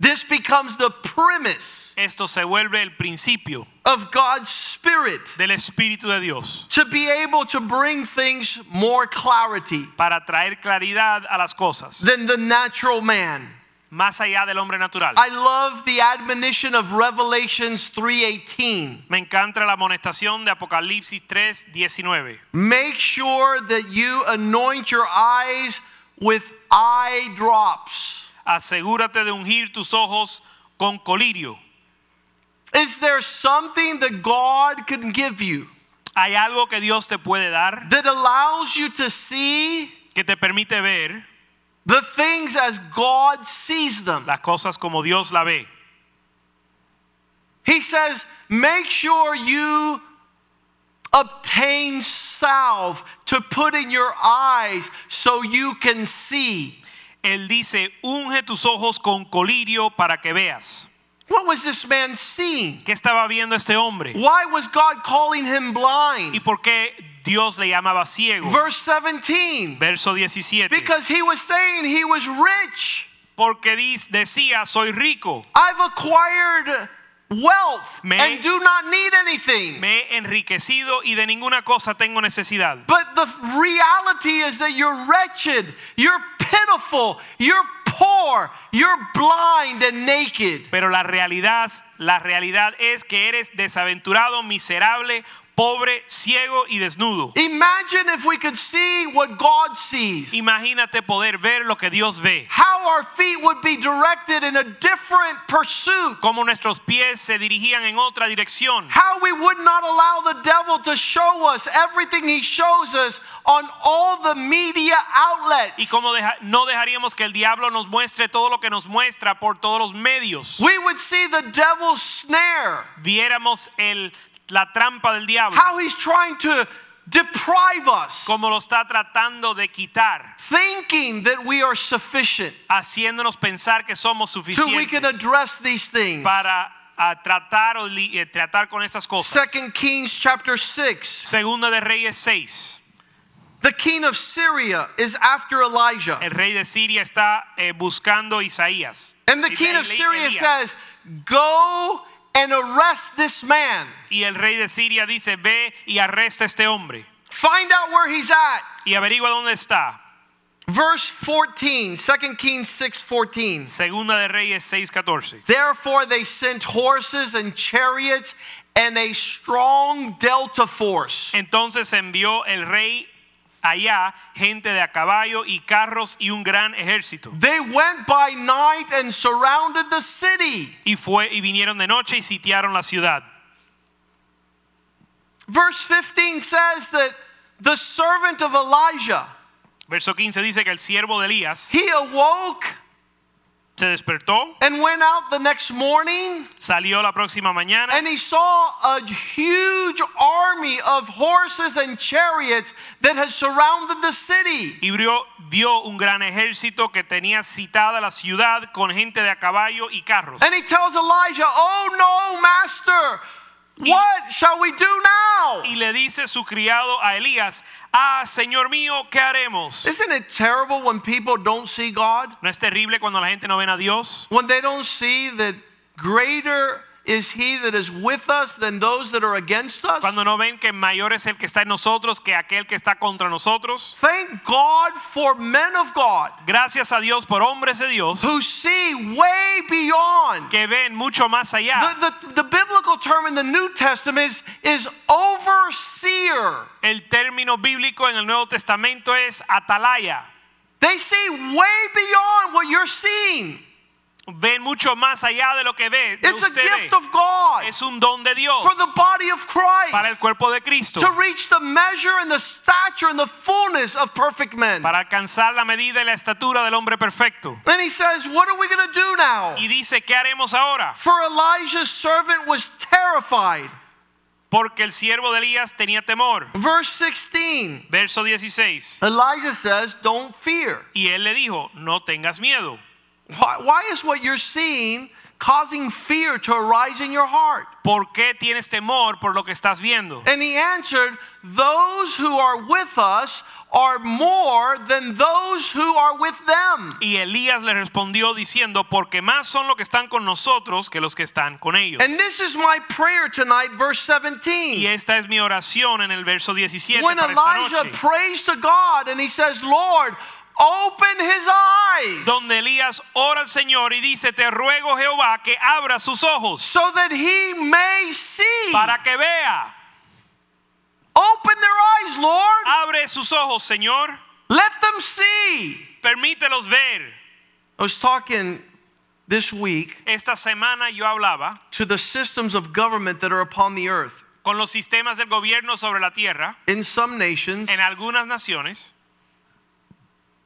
Speaker 1: This becomes the premise
Speaker 2: Esto se vuelve el principio
Speaker 1: of God's Spirit
Speaker 2: del Espíritu de Dios
Speaker 1: to be able to bring things more clarity
Speaker 2: para traer claridad a las cosas,
Speaker 1: than the natural man.
Speaker 2: más allá del hombre natural.
Speaker 1: I love the admonition of Revelations 3:18.
Speaker 2: Me encanta la amonestación de Apocalipsis 3, 19.
Speaker 1: Make sure that you anoint your eyes with eye drops.
Speaker 2: Asegúrate de ungir tus ojos con colirio.
Speaker 1: Is there something that God can give you
Speaker 2: Hay algo que Dios te puede dar
Speaker 1: that allows you to see
Speaker 2: que te permite ver
Speaker 1: the things as God sees them?
Speaker 2: las cosas como Dios la ve.
Speaker 1: He says, "Make sure you obtain salve to put in your eyes so you can see."
Speaker 2: Él dice, unge tus ojos con colirio para que veas.
Speaker 1: What was this man seeing?
Speaker 2: ¿Qué estaba viendo este hombre?
Speaker 1: Why was God calling him
Speaker 2: ¿Y
Speaker 1: blind?
Speaker 2: por qué Dios le llamaba ciego?
Speaker 1: Verse 17.
Speaker 2: Verso 17.
Speaker 1: Because he was saying he was rich.
Speaker 2: Porque dis- decía, soy rico,
Speaker 1: I've acquired wealth
Speaker 2: Me-
Speaker 1: and do not need anything.
Speaker 2: me he enriquecido y de ninguna cosa tengo necesidad.
Speaker 1: But the reality is that you're wretched, you're pitiful, you're poor, you're blind and naked.
Speaker 2: Pero la realidad, la realidad es que eres desaventurado, miserable, pobre, ciego y desnudo.
Speaker 1: Imagine if we could see what God sees.
Speaker 2: Imagínate poder ver lo que Dios ve.
Speaker 1: How our feet would be directed in a different pursuit.
Speaker 2: Cómo nuestros pies se dirigían en otra dirección.
Speaker 1: How we would not allow the devil to show us everything he shows us on all the media
Speaker 2: Y
Speaker 1: outlets.
Speaker 2: cómo deja- no dejaríamos que el diablo nos muestre todo lo que nos muestra por todos los medios.
Speaker 1: We would see the devil's snare.
Speaker 2: Viéramos el, la trampa del diablo.
Speaker 1: How he's trying to deprive us.
Speaker 2: Cómo lo está tratando de quitar.
Speaker 1: thinking that we are sufficient
Speaker 2: haciéndonos pensar que somos
Speaker 1: so we can
Speaker 2: suficientes
Speaker 1: address these things.
Speaker 2: para ah, tratar, o li- eh, tratar con estas cosas.
Speaker 1: Second Kings chapter 6.
Speaker 2: Segunda de Reyes 6.
Speaker 1: The king of Syria is after Elijah.
Speaker 2: El rey de Siria está eh, buscando a Isaías.
Speaker 1: And the
Speaker 2: Y-
Speaker 1: king of
Speaker 2: Eli-
Speaker 1: Syria
Speaker 2: Elías.
Speaker 1: says, Go and arrest this man.
Speaker 2: y el rey de Siria dice, ve y arresta a este hombre
Speaker 1: Find out where he's at.
Speaker 2: y averigua dónde está.
Speaker 1: Verse 14, 2 Kings 6 14.
Speaker 2: Segunda de Reyes 6:14.
Speaker 1: Therefore they sent horses and chariots and a strong delta force.
Speaker 2: Entonces envió el rey allá gente de a caballo y carros y un gran ejército.
Speaker 1: They went by night and surrounded the city.
Speaker 2: Y fue y vinieron de noche y sitiaron la ciudad.
Speaker 1: Verse 15 says that the servant of Elijah,
Speaker 2: Verso 15 dice que el siervo de Elías
Speaker 1: he awoke
Speaker 2: se despertó,
Speaker 1: and went out the next morning
Speaker 2: salió la próxima mañana
Speaker 1: and he saw a huge army of horses and chariots that had surrounded the city.
Speaker 2: y vio, vio un gran ejército que tenía citada la ciudad con gente de a caballo y carros.
Speaker 1: And he tells Elijah, Oh no, master, what shall we do now?
Speaker 2: Y le dice su criado a Elías, ah, Señor mío, ¿qué haremos?
Speaker 1: Isn't it terrible when people don't see God?
Speaker 2: ¿No es terrible cuando la gente no ven a Dios?
Speaker 1: When they don't see that greater is he that is with us than those that are against us?
Speaker 2: Cuando no ven que mayor es el que está en nosotros que aquel que está contra nosotros.
Speaker 1: Thank God for men of God
Speaker 2: Gracias a Dios por hombres de Dios
Speaker 1: who see way beyond.
Speaker 2: que ven mucho más allá.
Speaker 1: The, the, the biblical term in the New Testament is, is overseer.
Speaker 2: El término bíblico en el Nuevo Testamento es atalaya.
Speaker 1: They see way beyond what you're seeing.
Speaker 2: ven mucho más allá de lo que ve. de
Speaker 1: It's a
Speaker 2: usted ve.
Speaker 1: gift of God
Speaker 2: es un don de Dios
Speaker 1: for the body of
Speaker 2: para el
Speaker 1: Christ
Speaker 2: cuerpo de Cristo,
Speaker 1: to reach the measure and the stature and the fullness of perfect men.
Speaker 2: para alcanzar la medida y la estatura del hombre perfecto.
Speaker 1: Then he says, What are we going to do now?
Speaker 2: Y dice, ¿qué haremos ahora?
Speaker 1: For Elijah's servant was terrified.
Speaker 2: Porque el siervo de Elías tenía temor.
Speaker 1: Verse 16.
Speaker 2: Verso 16.
Speaker 1: Elijah says, Don't fear.
Speaker 2: Y él le dijo, no tengas miedo.
Speaker 1: Why, why is what you're seeing causing fear to arise in your heart?
Speaker 2: ¿Por qué tienes temor por lo que estás viendo?
Speaker 1: And he answered, Those who are with us are more than those who are with them.
Speaker 2: Y Elías le respondió diciendo, porque más son los que están con nosotros que los que están con ellos.
Speaker 1: And this is my prayer tonight, verse
Speaker 2: Y
Speaker 1: 17.
Speaker 2: esta es mi oración en el verso 17
Speaker 1: When
Speaker 2: para esta
Speaker 1: Elijah
Speaker 2: noche.
Speaker 1: prays to God and he says, Lord, open his eyes
Speaker 2: donde Elías ora al Señor y dice, te ruego Jehová que abra sus ojos
Speaker 1: so that he may see.
Speaker 2: para que vea.
Speaker 1: Open their eyes, Lord.
Speaker 2: Abre sus ojos, Señor.
Speaker 1: Let them see.
Speaker 2: Permítelos ver.
Speaker 1: I was talking this week
Speaker 2: Esta semana yo hablaba
Speaker 1: to the systems of government that are upon the earth.
Speaker 2: con los sistemas del gobierno sobre la tierra.
Speaker 1: In some nations,
Speaker 2: En algunas naciones,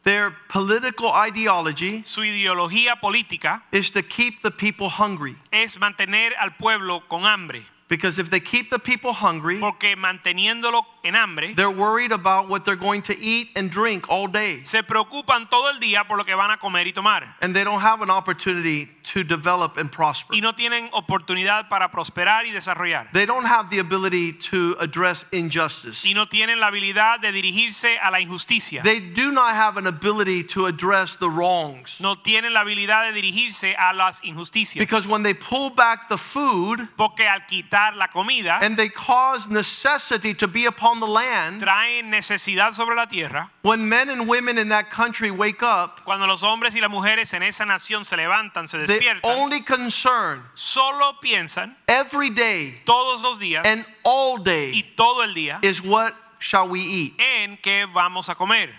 Speaker 1: their political ideology
Speaker 2: su ideología política
Speaker 1: is to keep the people hungry.
Speaker 2: es mantener al pueblo con hambre.
Speaker 1: Because if they keep the people hungry,
Speaker 2: Porque manteniéndolo en hambre.
Speaker 1: They're worried about what they're going to eat and drink all day.
Speaker 2: Se preocupan todo el día por lo que van a comer y tomar.
Speaker 1: And they don't have an opportunity to develop and prosper.
Speaker 2: Y no tienen oportunidad para prosperar y desarrollar.
Speaker 1: They don't have the ability to address injustice.
Speaker 2: Y no tienen la habilidad de dirigirse a la injusticia.
Speaker 1: They do not have an ability to address the wrongs.
Speaker 2: No tienen la habilidad de dirigirse a las injusticias.
Speaker 1: Because when they pull back the food
Speaker 2: Porque al quitar la comida,
Speaker 1: and they cause necessity to be upon the land,
Speaker 2: traen necesidad sobre la tierra.
Speaker 1: when men and women in that country wake up,
Speaker 2: Cuando los hombres y las mujeres en esa nación se levantan, se
Speaker 1: the
Speaker 2: despiertan,
Speaker 1: only concern
Speaker 2: solo piensan
Speaker 1: every day
Speaker 2: todos los días
Speaker 1: and all
Speaker 2: y
Speaker 1: day
Speaker 2: todo el día
Speaker 1: is what shall we eat?
Speaker 2: en qué vamos a comer.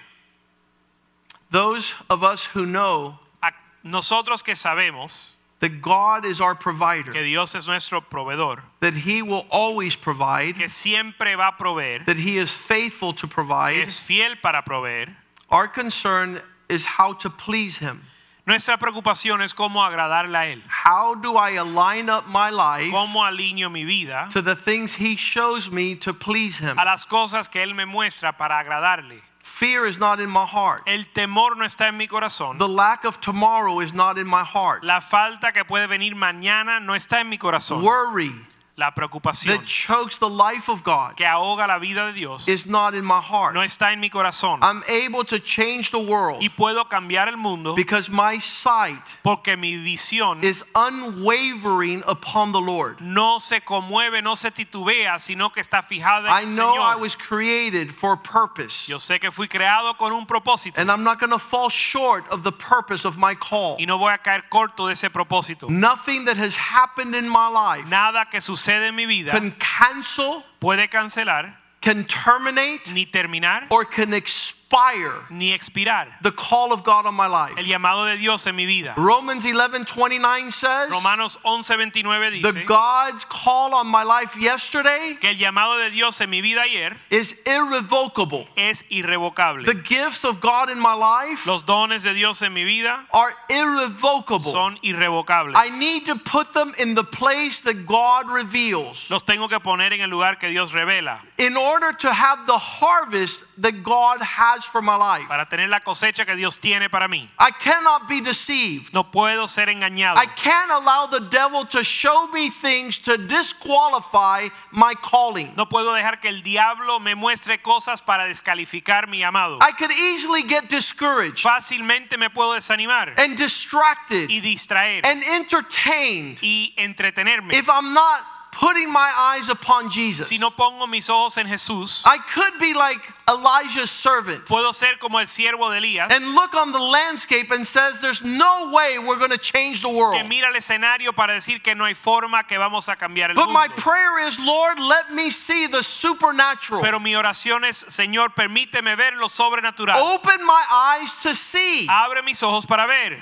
Speaker 1: Those of us who know
Speaker 2: A- Nosotros que sabemos
Speaker 1: that God is our provider,
Speaker 2: que Dios es nuestro proveedor,
Speaker 1: that He will always provide,
Speaker 2: que siempre va a proveer,
Speaker 1: that He is faithful to
Speaker 2: que
Speaker 1: provide,
Speaker 2: es fiel para proveer,
Speaker 1: our concern is how to please Him.
Speaker 2: nuestra preocupación es cómo agradarle a Él,
Speaker 1: How do I align up my life
Speaker 2: cómo alineo mi vida
Speaker 1: to the things He shows me to please Him?
Speaker 2: a las cosas que Él me muestra para agradarle.
Speaker 1: Fear is not in my heart.
Speaker 2: El temor no está en mi corazón.
Speaker 1: The lack of tomorrow is not in my heart.
Speaker 2: La falta que puede venir mañana no está en mi corazón.
Speaker 1: Worry
Speaker 2: La preocupación
Speaker 1: that chokes the life of God
Speaker 2: que ahoga la vida de Dios
Speaker 1: is not in my heart.
Speaker 2: no está en mi corazón.
Speaker 1: I'm able to change the world
Speaker 2: Y puedo cambiar el mundo
Speaker 1: because my sight
Speaker 2: porque mi visión
Speaker 1: is unwavering upon the Lord.
Speaker 2: no se conmueve, no se titubea, sino que está fijada
Speaker 1: I
Speaker 2: en el
Speaker 1: know I
Speaker 2: Señor.
Speaker 1: was created for a purpose,
Speaker 2: Yo sé que fui creado con un propósito
Speaker 1: and I'm not going to fall short of the purpose of my call.
Speaker 2: y no voy a caer corto de ese propósito.
Speaker 1: Nothing that has happened in my life
Speaker 2: Nada que sucede en mi vida
Speaker 1: can cancel,
Speaker 2: puede cancelar,
Speaker 1: can terminate,
Speaker 2: ni terminar,
Speaker 1: or can expire
Speaker 2: ni expirar
Speaker 1: the call of God on my life.
Speaker 2: el llamado de Dios en mi vida.
Speaker 1: Romans 11:29 says,
Speaker 2: Romanos 11:29
Speaker 1: "The
Speaker 2: dice
Speaker 1: God's call on my life yesterday
Speaker 2: que el llamado de Dios en mi vida ayer
Speaker 1: is irrevocable.
Speaker 2: es
Speaker 1: The
Speaker 2: irrevocable.
Speaker 1: gifts of God in my life
Speaker 2: Los dones de Dios en mi vida
Speaker 1: are irrevocable.
Speaker 2: son irrevocables.
Speaker 1: I need to put them in the place that God reveals
Speaker 2: Los tengo que poner en el lugar que Dios revela
Speaker 1: in order to have the harvest that God has for my life.
Speaker 2: para tener la cosecha que Dios tiene para mí.
Speaker 1: I cannot be deceived.
Speaker 2: No puedo ser engañado.
Speaker 1: I can't allow the devil to show me things to disqualify my calling.
Speaker 2: No puedo dejar que el diablo me muestre cosas para descalificar mi amado.
Speaker 1: I could easily get discouraged
Speaker 2: Fácilmente me puedo desanimar
Speaker 1: and distracted
Speaker 2: y distraer
Speaker 1: and entertained
Speaker 2: y entretenerme
Speaker 1: if I'm not putting my eyes upon Jesus.
Speaker 2: si no pongo mis ojos en Jesús.
Speaker 1: I could be like Elijah's servant
Speaker 2: Puedo ser como el siervo de Elías
Speaker 1: and look on the landscape and says there's no way we're going to change the world.
Speaker 2: que mira el escenario para decir que no hay forma que vamos a cambiar el
Speaker 1: But my
Speaker 2: mundo.
Speaker 1: prayer is, Lord, let me see the supernatural.
Speaker 2: Pero mi oración es, Señor, permíteme ver lo sobrenatural.
Speaker 1: Open my eyes to see.
Speaker 2: Abre mis ojos para ver.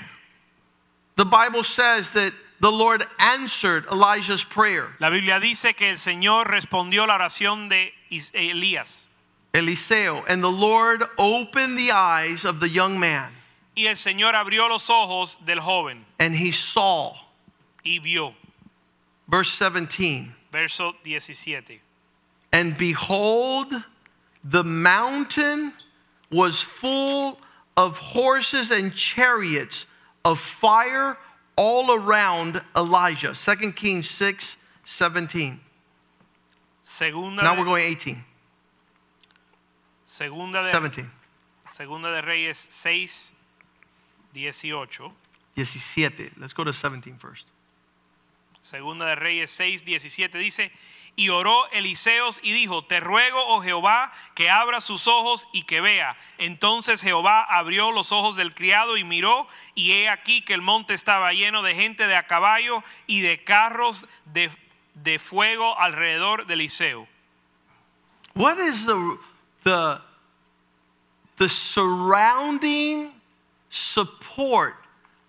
Speaker 1: The Bible says that the Lord answered Elijah's prayer.
Speaker 2: La Biblia dice que el Señor respondió la oración de Is- eh, Elías.
Speaker 1: Eliseo, and the Lord opened the eyes of the young man,
Speaker 2: Y el Señor abrió los ojos del joven
Speaker 1: and he saw.
Speaker 2: y vio.
Speaker 1: Verse 17.
Speaker 2: Verso 17.
Speaker 1: And behold, the mountain was full of horses and chariots of fire all around Elijah. 2 Kings 6 17.
Speaker 2: Segunda
Speaker 1: Now we're
Speaker 2: de,
Speaker 1: going 18.
Speaker 2: segunda de,
Speaker 1: 17.
Speaker 2: segunda de Reyes 6, 18.
Speaker 1: 17. Let's go to 17 first.
Speaker 2: Segunda de Reyes 6, 17 dice, y oró Eliseos y dijo, te ruego, oh Jehová, que abra sus ojos y que vea. Entonces Jehová abrió los ojos del criado y miró, y he aquí que el monte estaba lleno de gente de a caballo y de carros de, de fuego alrededor de Eliseo.
Speaker 1: What is the the the surrounding support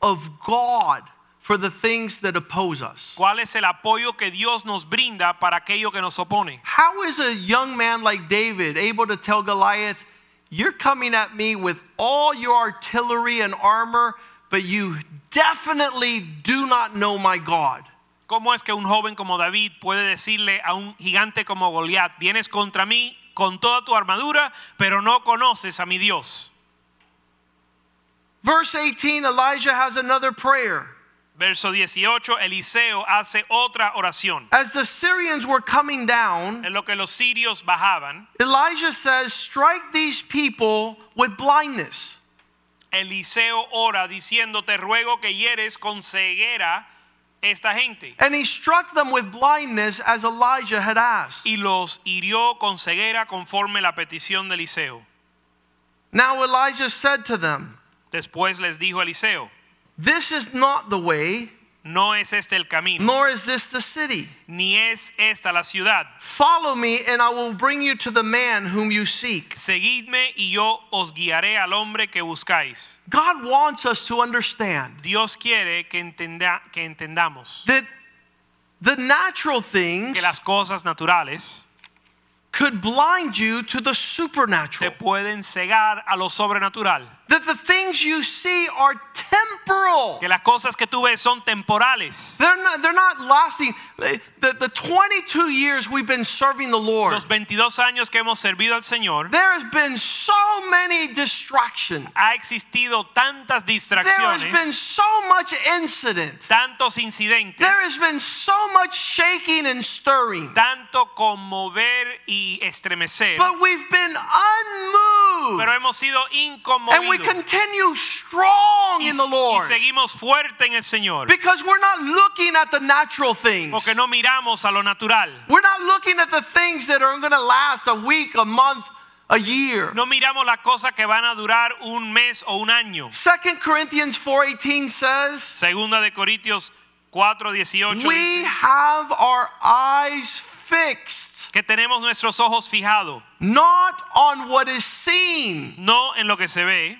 Speaker 1: of God for the things that oppose us?
Speaker 2: ¿Cuál es el apoyo que Dios nos brinda para aquello que nos opone?
Speaker 1: How is a young man like David able to tell Goliath, You're coming at me with all your artillery and armor, but you definitely do not know my God?
Speaker 2: ¿Cómo es que un joven como David puede decirle a un gigante como Goliat, vienes contra mí con toda tu armadura, pero no conoces a mi Dios.
Speaker 1: Verse 18, Elijah has another prayer.
Speaker 2: Verso 18, Eliseo hace otra oración.
Speaker 1: As the Syrians were coming down,
Speaker 2: En lo que los sirios bajaban,
Speaker 1: Elijah says, Strike these people with blindness.
Speaker 2: Eliseo ora diciendo, te ruego que hieres con ceguera esta gente.
Speaker 1: And he struck them with blindness as Elijah had asked.
Speaker 2: Y los hirió con ceguera conforme la petición de Eliseo.
Speaker 1: Now Elijah said to them,
Speaker 2: Después les dijo Eliseo,
Speaker 1: This is not the way,
Speaker 2: no es este el camino,
Speaker 1: nor is this the city.
Speaker 2: ni es esta la ciudad.
Speaker 1: Follow me, and I will bring you to the man whom you seek.
Speaker 2: Seguidme y yo os guiaré al hombre que buscáis.
Speaker 1: God wants us to understand
Speaker 2: Dios quiere que, entenda- que entendamos
Speaker 1: that the natural things
Speaker 2: que las cosas naturales
Speaker 1: could blind you to the supernatural.
Speaker 2: te pueden cegar a lo sobrenatural.
Speaker 1: That the things you see are temporal.
Speaker 2: Que las cosas que tú ves son temporales.
Speaker 1: They're not, they're not lasting. The, the 22 years we've been serving the Lord,
Speaker 2: Los 22 años que hemos servido al Señor,
Speaker 1: there has been so many distractions.
Speaker 2: ha existido tantas
Speaker 1: There has been
Speaker 2: distracciones,
Speaker 1: so much incident.
Speaker 2: tantos incidentes,
Speaker 1: There has been so much shaking and stirring.
Speaker 2: tanto conmover y estremecer.
Speaker 1: But we've been
Speaker 2: Pero
Speaker 1: unmoved.
Speaker 2: hemos sido
Speaker 1: And we
Speaker 2: inconmovidos
Speaker 1: continue strong
Speaker 2: y,
Speaker 1: in the Lord.
Speaker 2: y seguimos fuerte en el Señor.
Speaker 1: Because we're not looking at the natural things.
Speaker 2: Porque no miramos a lo natural.
Speaker 1: We're not looking at the things that are going to last a week, a month, a year.
Speaker 2: No miramos las cosas que van a durar un mes o un año.
Speaker 1: Second Corinthians 4:18 says,
Speaker 2: Segunda de Corintios 4:18
Speaker 1: "We
Speaker 2: dice
Speaker 1: have our eyes fixed
Speaker 2: que tenemos nuestros ojos fijados,
Speaker 1: not on what is seen."
Speaker 2: no en lo que se ve.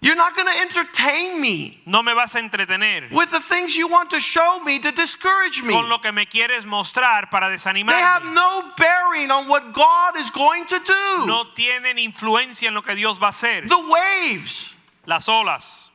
Speaker 1: You're not going to entertain me
Speaker 2: No me vas a entretener
Speaker 1: with the things you want to show me to discourage me.
Speaker 2: con lo que me quieres mostrar para
Speaker 1: They have
Speaker 2: desanimarme.
Speaker 1: no bearing on what God is going to do.
Speaker 2: No tienen influencia en lo que Dios va a hacer.
Speaker 1: The waves
Speaker 2: Las olas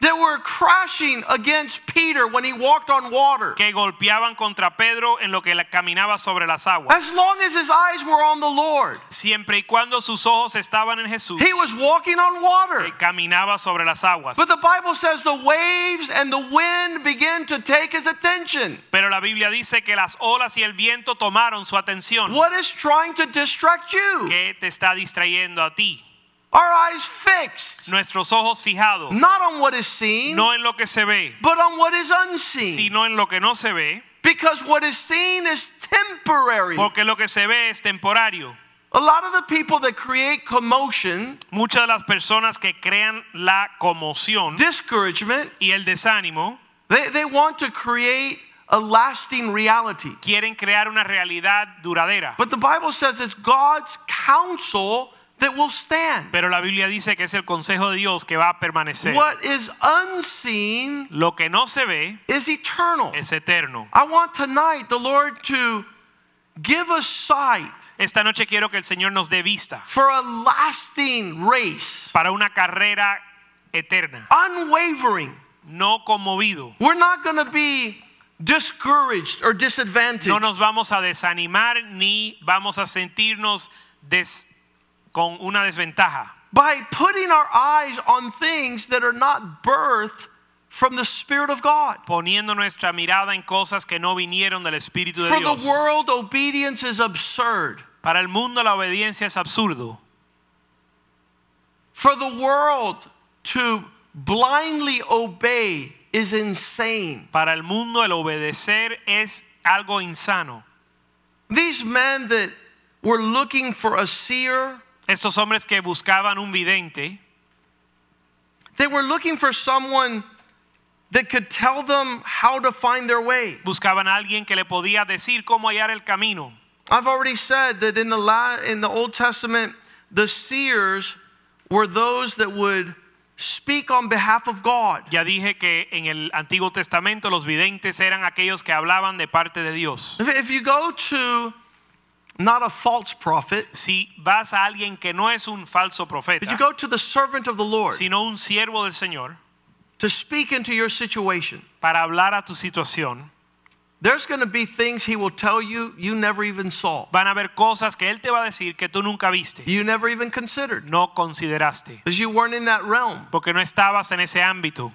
Speaker 1: that were crashing against Peter when he walked on water.
Speaker 2: que golpeaban contra Pedro en lo que la- caminaba sobre las aguas.
Speaker 1: As long as his eyes were on the Lord,
Speaker 2: Siempre y cuando sus ojos estaban en Jesús,
Speaker 1: he was walking on water.
Speaker 2: que caminaba sobre las aguas.
Speaker 1: But the Bible says the waves and the wind began to take his attention.
Speaker 2: Pero la Biblia dice que las olas y el viento tomaron su atención.
Speaker 1: What is trying to distract you?
Speaker 2: ¿Qué te está distrayendo a ti?
Speaker 1: Our eyes fixed,
Speaker 2: Nuestros ojos fijados,
Speaker 1: not on what is seen,
Speaker 2: no en lo que se ve,
Speaker 1: but on what is unseen.
Speaker 2: sino en lo que no se ve,
Speaker 1: Because what is seen is temporary.
Speaker 2: porque lo que se ve es temporario.
Speaker 1: A lot of the people that create commotion,
Speaker 2: Muchas de las personas que crean la conmoción
Speaker 1: discouragement,
Speaker 2: y el desánimo
Speaker 1: they, they want to create a lasting reality.
Speaker 2: quieren crear una realidad duradera.
Speaker 1: But the Bible says it's God's counsel that will stand.
Speaker 2: Pero la Biblia dice que es el consejo de Dios que va a permanecer.
Speaker 1: What is unseen
Speaker 2: Lo que no se ve
Speaker 1: is eternal.
Speaker 2: es eterno.
Speaker 1: I want tonight the Lord to give us sight
Speaker 2: Esta noche quiero que el Señor nos dé vista
Speaker 1: for a lasting race,
Speaker 2: para una carrera eterna,
Speaker 1: unwavering.
Speaker 2: no conmovido.
Speaker 1: We're not going to be discouraged or disadvantaged.
Speaker 2: No nos vamos a desanimar ni vamos a sentirnos des- con una desventaja
Speaker 1: By putting our eyes on things that are not birthed from the Spirit of God.
Speaker 2: poniendo nuestra mirada en cosas que no vinieron del Espíritu de
Speaker 1: For the
Speaker 2: Dios.
Speaker 1: world, obedience is absurd.
Speaker 2: Para el mundo la obediencia es absurdo.
Speaker 1: For the world to blindly obey is insane.
Speaker 2: Para el mundo el obedecer es algo insano.
Speaker 1: These men that were looking for a seer,
Speaker 2: Estos hombres que buscaban un vidente
Speaker 1: they were looking for someone that could tell them how to find their way.
Speaker 2: buscaban a alguien que le podía decir cómo hallar el camino.
Speaker 1: I've already said that in the la- in the Old Testament, the seers were those that would speak on behalf of God.
Speaker 2: Ya dije que en el Antiguo Testamento los videntes eran aquellos que hablaban de parte de Dios.
Speaker 1: If- If you go to not a false prophet,
Speaker 2: Si vas a alguien que no es un falso
Speaker 1: but you
Speaker 2: profeta,
Speaker 1: go to the servant of the Lord
Speaker 2: sino un siervo del Señor,
Speaker 1: to speak into your situation.
Speaker 2: para hablar a tu situación,
Speaker 1: There's going to be things he will tell you you never even saw,
Speaker 2: Van a haber cosas que Él te va a decir que tú nunca viste,
Speaker 1: you never even considered,
Speaker 2: no consideraste,
Speaker 1: because you weren't in that realm.
Speaker 2: porque no estabas en ese ámbito.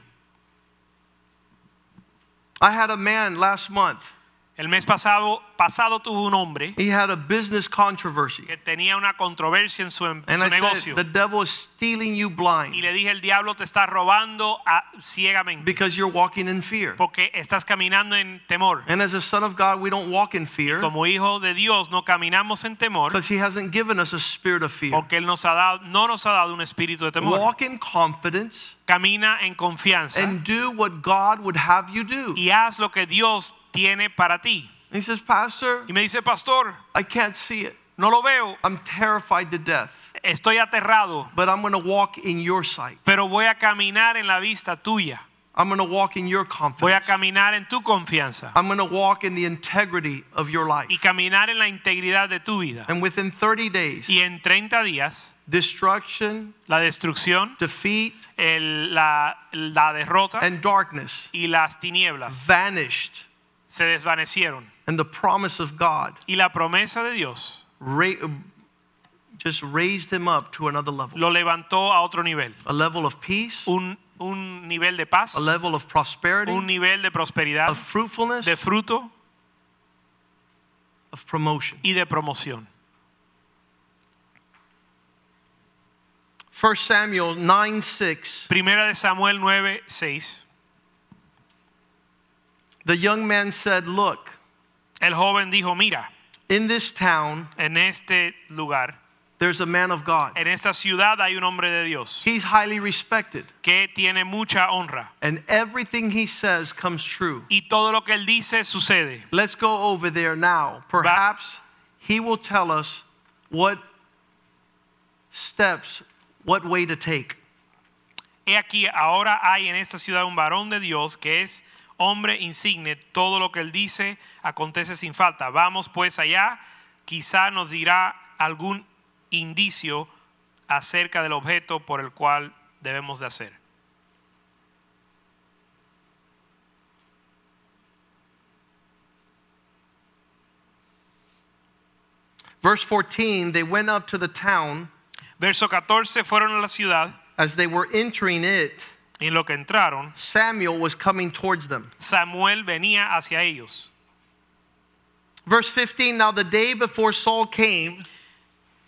Speaker 1: I had a man last month.
Speaker 2: El mes pasado, pasado tuvo un hombre
Speaker 1: He had a business controversy.
Speaker 2: que tenía una controversia en su, em-
Speaker 1: And
Speaker 2: su
Speaker 1: I said,
Speaker 2: negocio.
Speaker 1: the devil is stealing you
Speaker 2: y
Speaker 1: blind
Speaker 2: le dije, el diablo te está robando a- ciegamente
Speaker 1: because you're walking in fear.
Speaker 2: porque estás caminando en temor.
Speaker 1: And as a son of God, we don't walk in fear
Speaker 2: Como hijo de Dios no caminamos en temor
Speaker 1: because he hasn't given us a spirit of fear.
Speaker 2: porque Él nos ha dado, no nos ha dado un espíritu de temor.
Speaker 1: Walk in confidence
Speaker 2: Camina en confianza
Speaker 1: and do what God would have you do.
Speaker 2: y haz lo que Dios tiene para ti.
Speaker 1: He says, Pastor,
Speaker 2: Y me dice, pastor,
Speaker 1: I can't see it.
Speaker 2: no lo veo,
Speaker 1: I'm terrified to death,
Speaker 2: estoy aterrado,
Speaker 1: but I'm going to walk in your sight.
Speaker 2: pero voy a caminar en la vista tuya.
Speaker 1: I'm going to walk in your
Speaker 2: Voy a
Speaker 1: confidence.
Speaker 2: caminar en tu confianza
Speaker 1: I'm going to walk in the integrity of your life.
Speaker 2: y caminar en la integridad de tu vida.
Speaker 1: And within 30 days,
Speaker 2: Y en 30 días,
Speaker 1: destruction,
Speaker 2: la destrucción,
Speaker 1: defeat,
Speaker 2: el- la, la derrota
Speaker 1: and darkness
Speaker 2: y las tinieblas
Speaker 1: vanished,
Speaker 2: se desvanecieron.
Speaker 1: and the promise of God
Speaker 2: Y la promesa de Dios
Speaker 1: ra- just raised him up to another level
Speaker 2: lo levantó a otro nivel.
Speaker 1: a level of peace,
Speaker 2: Un, un nivel de paz,
Speaker 1: a level of prosperity,
Speaker 2: un nivel de prosperidad,
Speaker 1: of fruitfulness,
Speaker 2: de fruto
Speaker 1: of promotion.
Speaker 2: y de promoción.
Speaker 1: 1 Samuel 9 6.
Speaker 2: Primera de Samuel 9, 6.
Speaker 1: The young man said, Look,
Speaker 2: El joven dijo, mira,
Speaker 1: in this town
Speaker 2: en este lugar,
Speaker 1: there's a man of God.
Speaker 2: en esta ciudad hay un hombre de Dios
Speaker 1: He's highly respected,
Speaker 2: que tiene mucha honra
Speaker 1: and everything he says comes true.
Speaker 2: y todo lo que él dice sucede.
Speaker 1: Let's go over there now. Perhaps he will tell us what steps, what way to take.
Speaker 2: He aquí, ahora hay en esta ciudad un varón de Dios que es hombre insigne, todo lo que él dice acontece sin falta. Vamos pues allá, quizá nos dirá algún indicio acerca del objeto por el cual debemos de hacer.
Speaker 1: Verse 14 They went up to the town.
Speaker 2: Verso 14, fueron a la ciudad
Speaker 1: As they were entering it,
Speaker 2: y en lo que entraron,
Speaker 1: Samuel was coming towards them.
Speaker 2: Samuel venía hacia ellos.
Speaker 1: Verse 15 Now the day before Saul came,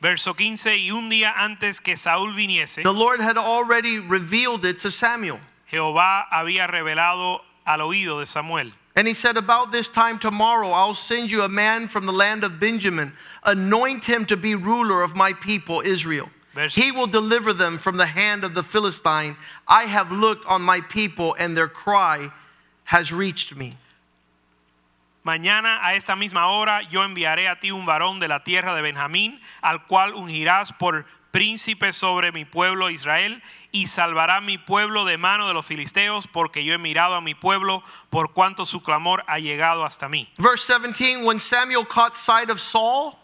Speaker 2: Verso 15, y un día antes que Saúl viniese,
Speaker 1: the Lord had already revealed it to Samuel.
Speaker 2: Jehová había revelado al oído de Samuel.
Speaker 1: And he said, About this time tomorrow, I'll send you a man from the land of Benjamin. Anoint him to be ruler of my people, Israel.
Speaker 2: Verse-
Speaker 1: He will deliver them from the hand of the Philistine. I have looked on my people, and their cry has reached me.
Speaker 2: Mañana a esta misma hora yo enviaré a ti un varón de la tierra de Benjamín, al cual ungirás por príncipe sobre mi pueblo Israel, y salvará mi pueblo de mano de los filisteos, porque yo he mirado a mi pueblo por cuanto su clamor ha llegado hasta mí.
Speaker 1: Verse 17 When Samuel caught sight of Saul,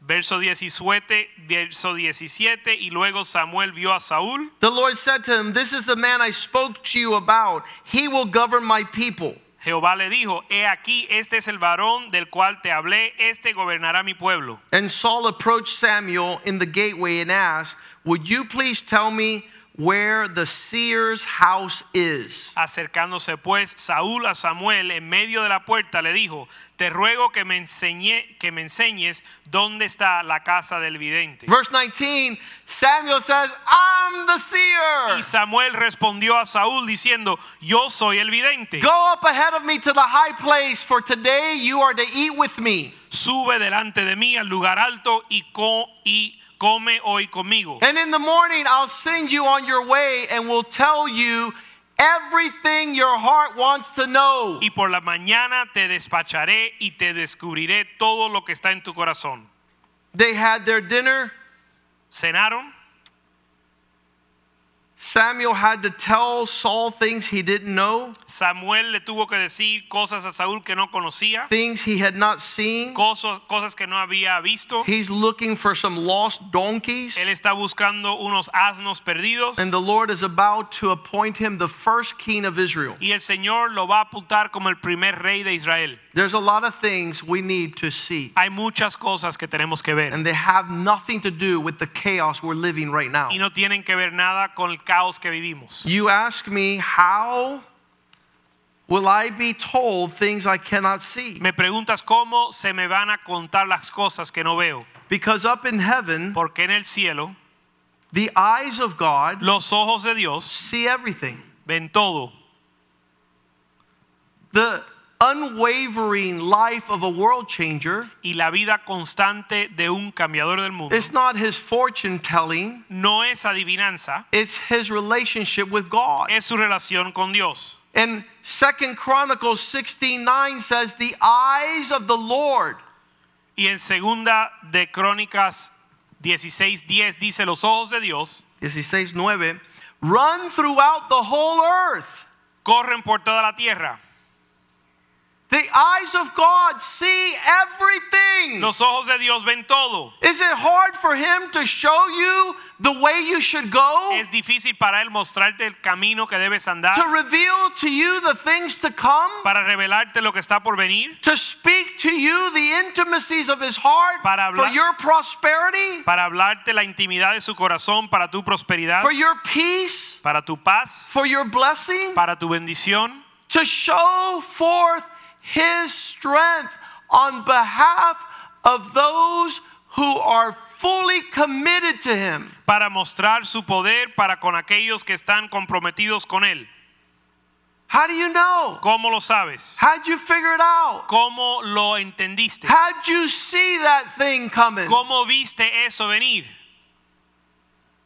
Speaker 2: Verso 17, verso 17, y luego Samuel vio a Saúl,
Speaker 1: the Lord said to him, This is the man I spoke to you about. He will govern my people.
Speaker 2: Jehová le dijo, he aquí, este es el varón del cual te hablé, este gobernará mi pueblo.
Speaker 1: And Saul approached Samuel in the gateway and asked, Would you please tell me where the seer's house is?
Speaker 2: Acercándose pues Saúl a Samuel en medio de la puerta le dijo, te ruego que me, enseñe, que me enseñes dónde está la casa del vidente.
Speaker 1: Verse 19, Samuel says, I'm the
Speaker 2: Y
Speaker 1: seer.
Speaker 2: Samuel respondió a Saúl diciendo, yo soy el vidente.
Speaker 1: Go up ahead of me to the high place, for today you are to eat with me.
Speaker 2: Sube delante de mí al lugar alto y, co- y come hoy conmigo.
Speaker 1: And in the morning I'll send you on your way and will tell you everything your heart wants to know.
Speaker 2: Y por la mañana te despacharé y te descubriré todo lo que está en tu corazón.
Speaker 1: They had their dinner.
Speaker 2: Cenaron.
Speaker 1: Samuel had to tell Saul things he didn't know,
Speaker 2: Samuel le tuvo que decir cosas a Saúl que no conocía,
Speaker 1: things he had not seen.
Speaker 2: cosas, cosas que no había visto.
Speaker 1: He's looking for some lost donkeys.
Speaker 2: Él está buscando unos asnos perdidos
Speaker 1: And the Lord is about to appoint him the first king of Israel.
Speaker 2: y el Señor lo va a apuntar como el primer rey de Israel.
Speaker 1: There's a lot of things we need to see,
Speaker 2: Hay muchas cosas que tenemos que ver
Speaker 1: and they have nothing to do with the chaos we're living right now.
Speaker 2: y no tienen que ver nada con el caos que vivimos.
Speaker 1: You ask me, how will I be told things I cannot see?
Speaker 2: Me preguntas cómo se me van a contar las cosas que no veo,
Speaker 1: Because up in heaven,
Speaker 2: porque en el cielo
Speaker 1: the eyes of God
Speaker 2: los ojos de Dios
Speaker 1: see everything.
Speaker 2: ven todo.
Speaker 1: The unwavering life of a world changer
Speaker 2: y la vida constante de un cambiador del mundo
Speaker 1: is not his fortune telling,
Speaker 2: no es adivinanza,
Speaker 1: it's his relationship with God.
Speaker 2: es su relación con Dios.
Speaker 1: And Second Chronicles 16:9 says, "The eyes of the Lord
Speaker 2: Y en segunda de Crónicas 16:10 dice los ojos de Dios
Speaker 1: 16:9 run throughout the whole earth.
Speaker 2: corren por toda la tierra.
Speaker 1: The eyes of God see everything.
Speaker 2: Los ojos de Dios ven todo.
Speaker 1: Is it hard for him to show you the way you should go?
Speaker 2: Es difícil para él mostrarte el camino que debes andar
Speaker 1: To reveal to you the things to come?
Speaker 2: para revelarte lo que está por venir,
Speaker 1: To speak to you the intimacies of his heart
Speaker 2: Para
Speaker 1: for
Speaker 2: hablar-
Speaker 1: your prosperity,
Speaker 2: para hablarte la intimidad de su corazón, para tu prosperidad,
Speaker 1: for your peace,
Speaker 2: para tu paz,
Speaker 1: for your blessing?
Speaker 2: para tu bendición.
Speaker 1: to show forth his strength on behalf of those who are fully committed to him.
Speaker 2: para mostrar su poder para con aquellos que están comprometidos con él.
Speaker 1: How do you know?
Speaker 2: ¿Cómo lo sabes?
Speaker 1: How'd you figure it out?
Speaker 2: ¿Cómo lo entendiste?
Speaker 1: How'd you see that thing coming?
Speaker 2: ¿Cómo viste eso venir?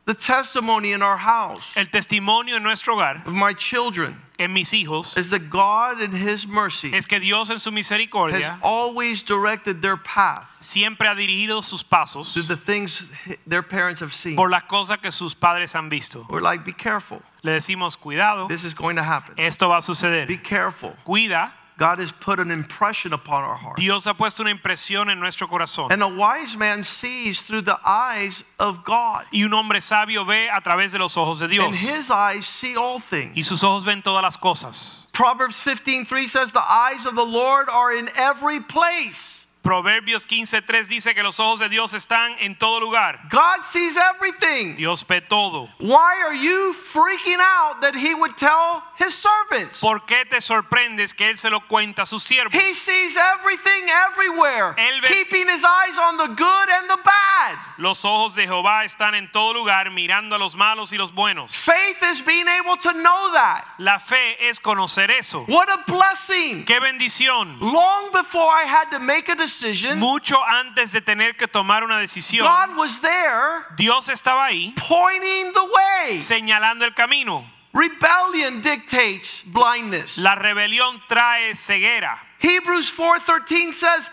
Speaker 1: The testimony in our house
Speaker 2: El testimonio en nuestro hogar,
Speaker 1: of my children
Speaker 2: en mis hijos,
Speaker 1: is that God in his mercy
Speaker 2: es que Dios en su
Speaker 1: has
Speaker 2: misericordia
Speaker 1: always directed their path
Speaker 2: siempre ha dirigido sus pasos
Speaker 1: to the things their parents have seen.
Speaker 2: por las cosas que sus padres han visto.
Speaker 1: We're like, be careful.
Speaker 2: Le decimos, cuidado,
Speaker 1: This is going to happen.
Speaker 2: esto va a
Speaker 1: Be
Speaker 2: suceder.
Speaker 1: careful.
Speaker 2: Cuida,
Speaker 1: God has put an impression upon our heart.
Speaker 2: Dios ha puesto una impresión en nuestro corazón.
Speaker 1: And a wise man sees through the eyes of God.
Speaker 2: Y un hombre sabio ve a través de los ojos de
Speaker 1: And
Speaker 2: Dios.
Speaker 1: his eyes see all
Speaker 2: Y
Speaker 1: things.
Speaker 2: sus ojos ven todas las cosas.
Speaker 1: Proverbs 15:3 says, The eyes of the Lord are in every place.
Speaker 2: Proverbios 15:3 dice que los ojos de Dios están en todo lugar.
Speaker 1: God sees everything.
Speaker 2: Dios ve todo.
Speaker 1: Why are you freaking out that he would tell his servants?
Speaker 2: ¿Por qué te sorprendes que él se lo cuenta a sus siervos?
Speaker 1: He sees everything everywhere,
Speaker 2: Él ve-
Speaker 1: keeping his eyes on the good and the bad.
Speaker 2: Los ojos de Jehová están en todo lugar mirando a los malos y los buenos.
Speaker 1: Faith is being able to know that.
Speaker 2: La fe es conocer eso.
Speaker 1: What a blessing.
Speaker 2: ¡Qué bendición!
Speaker 1: Long before I had to make a decision,
Speaker 2: Mucho antes de tener que tomar una decisión,
Speaker 1: God was there
Speaker 2: Dios estaba ahí
Speaker 1: pointing the way.
Speaker 2: señalando el camino.
Speaker 1: Rebellion dictates blindness.
Speaker 2: La rebelión trae ceguera.
Speaker 1: Hebrews 4:13 says,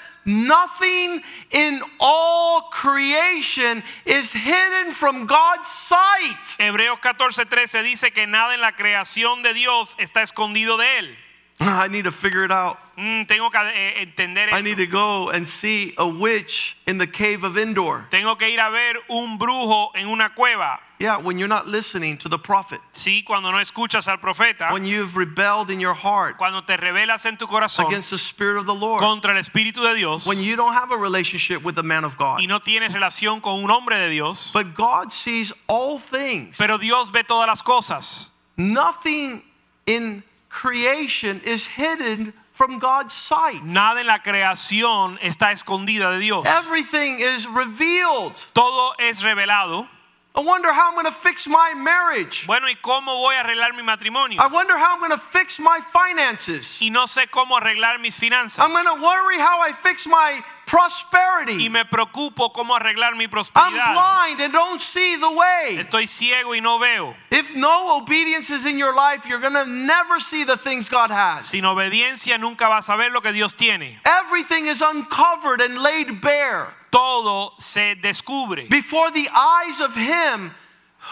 Speaker 1: "Nothing in all creation is hidden from God's sight."
Speaker 2: Hebreos 14:13 dice que nada en la creación de Dios está escondido de él.
Speaker 1: I need to figure it out.
Speaker 2: Mm, tengo que eh, entender
Speaker 1: I
Speaker 2: esto.
Speaker 1: need to go and see a witch in the cave of Endor.
Speaker 2: Tengo que ir a ver un brujo en una cueva.
Speaker 1: Yeah, when you're not listening to the prophet,
Speaker 2: Sí, cuando no escuchas al profeta,
Speaker 1: when you've rebelled in your heart
Speaker 2: cuando te rebelas en tu corazón
Speaker 1: against the spirit of the Lord,
Speaker 2: contra el Espíritu de Dios
Speaker 1: when you don't have a relationship with the man of God.
Speaker 2: y no tienes relación con un hombre de Dios,
Speaker 1: But God sees all things.
Speaker 2: pero Dios ve todas las cosas.
Speaker 1: Nothing in creation is hidden from God's sight.
Speaker 2: Nada en la creación está escondida de Dios.
Speaker 1: Everything is revealed.
Speaker 2: Todo es revelado.
Speaker 1: I wonder how I'm going to fix my marriage.
Speaker 2: Bueno, ¿y cómo voy a arreglar mi matrimonio?
Speaker 1: I wonder how I'm going to fix my finances.
Speaker 2: Y no sé cómo arreglar mis finanzas.
Speaker 1: I'm going to worry how I fix my
Speaker 2: Y
Speaker 1: prosperity.
Speaker 2: me preocupo cómo arreglar mi
Speaker 1: I'm
Speaker 2: prosperidad.
Speaker 1: blind and don't see the way.
Speaker 2: Estoy ciego y no veo.
Speaker 1: If no obedience is in your life, you're going to never see the things God has.
Speaker 2: Sin obediencia nunca vas a ver lo que Dios tiene.
Speaker 1: Everything is uncovered and laid bare.
Speaker 2: Todo se descubre
Speaker 1: before the eyes of him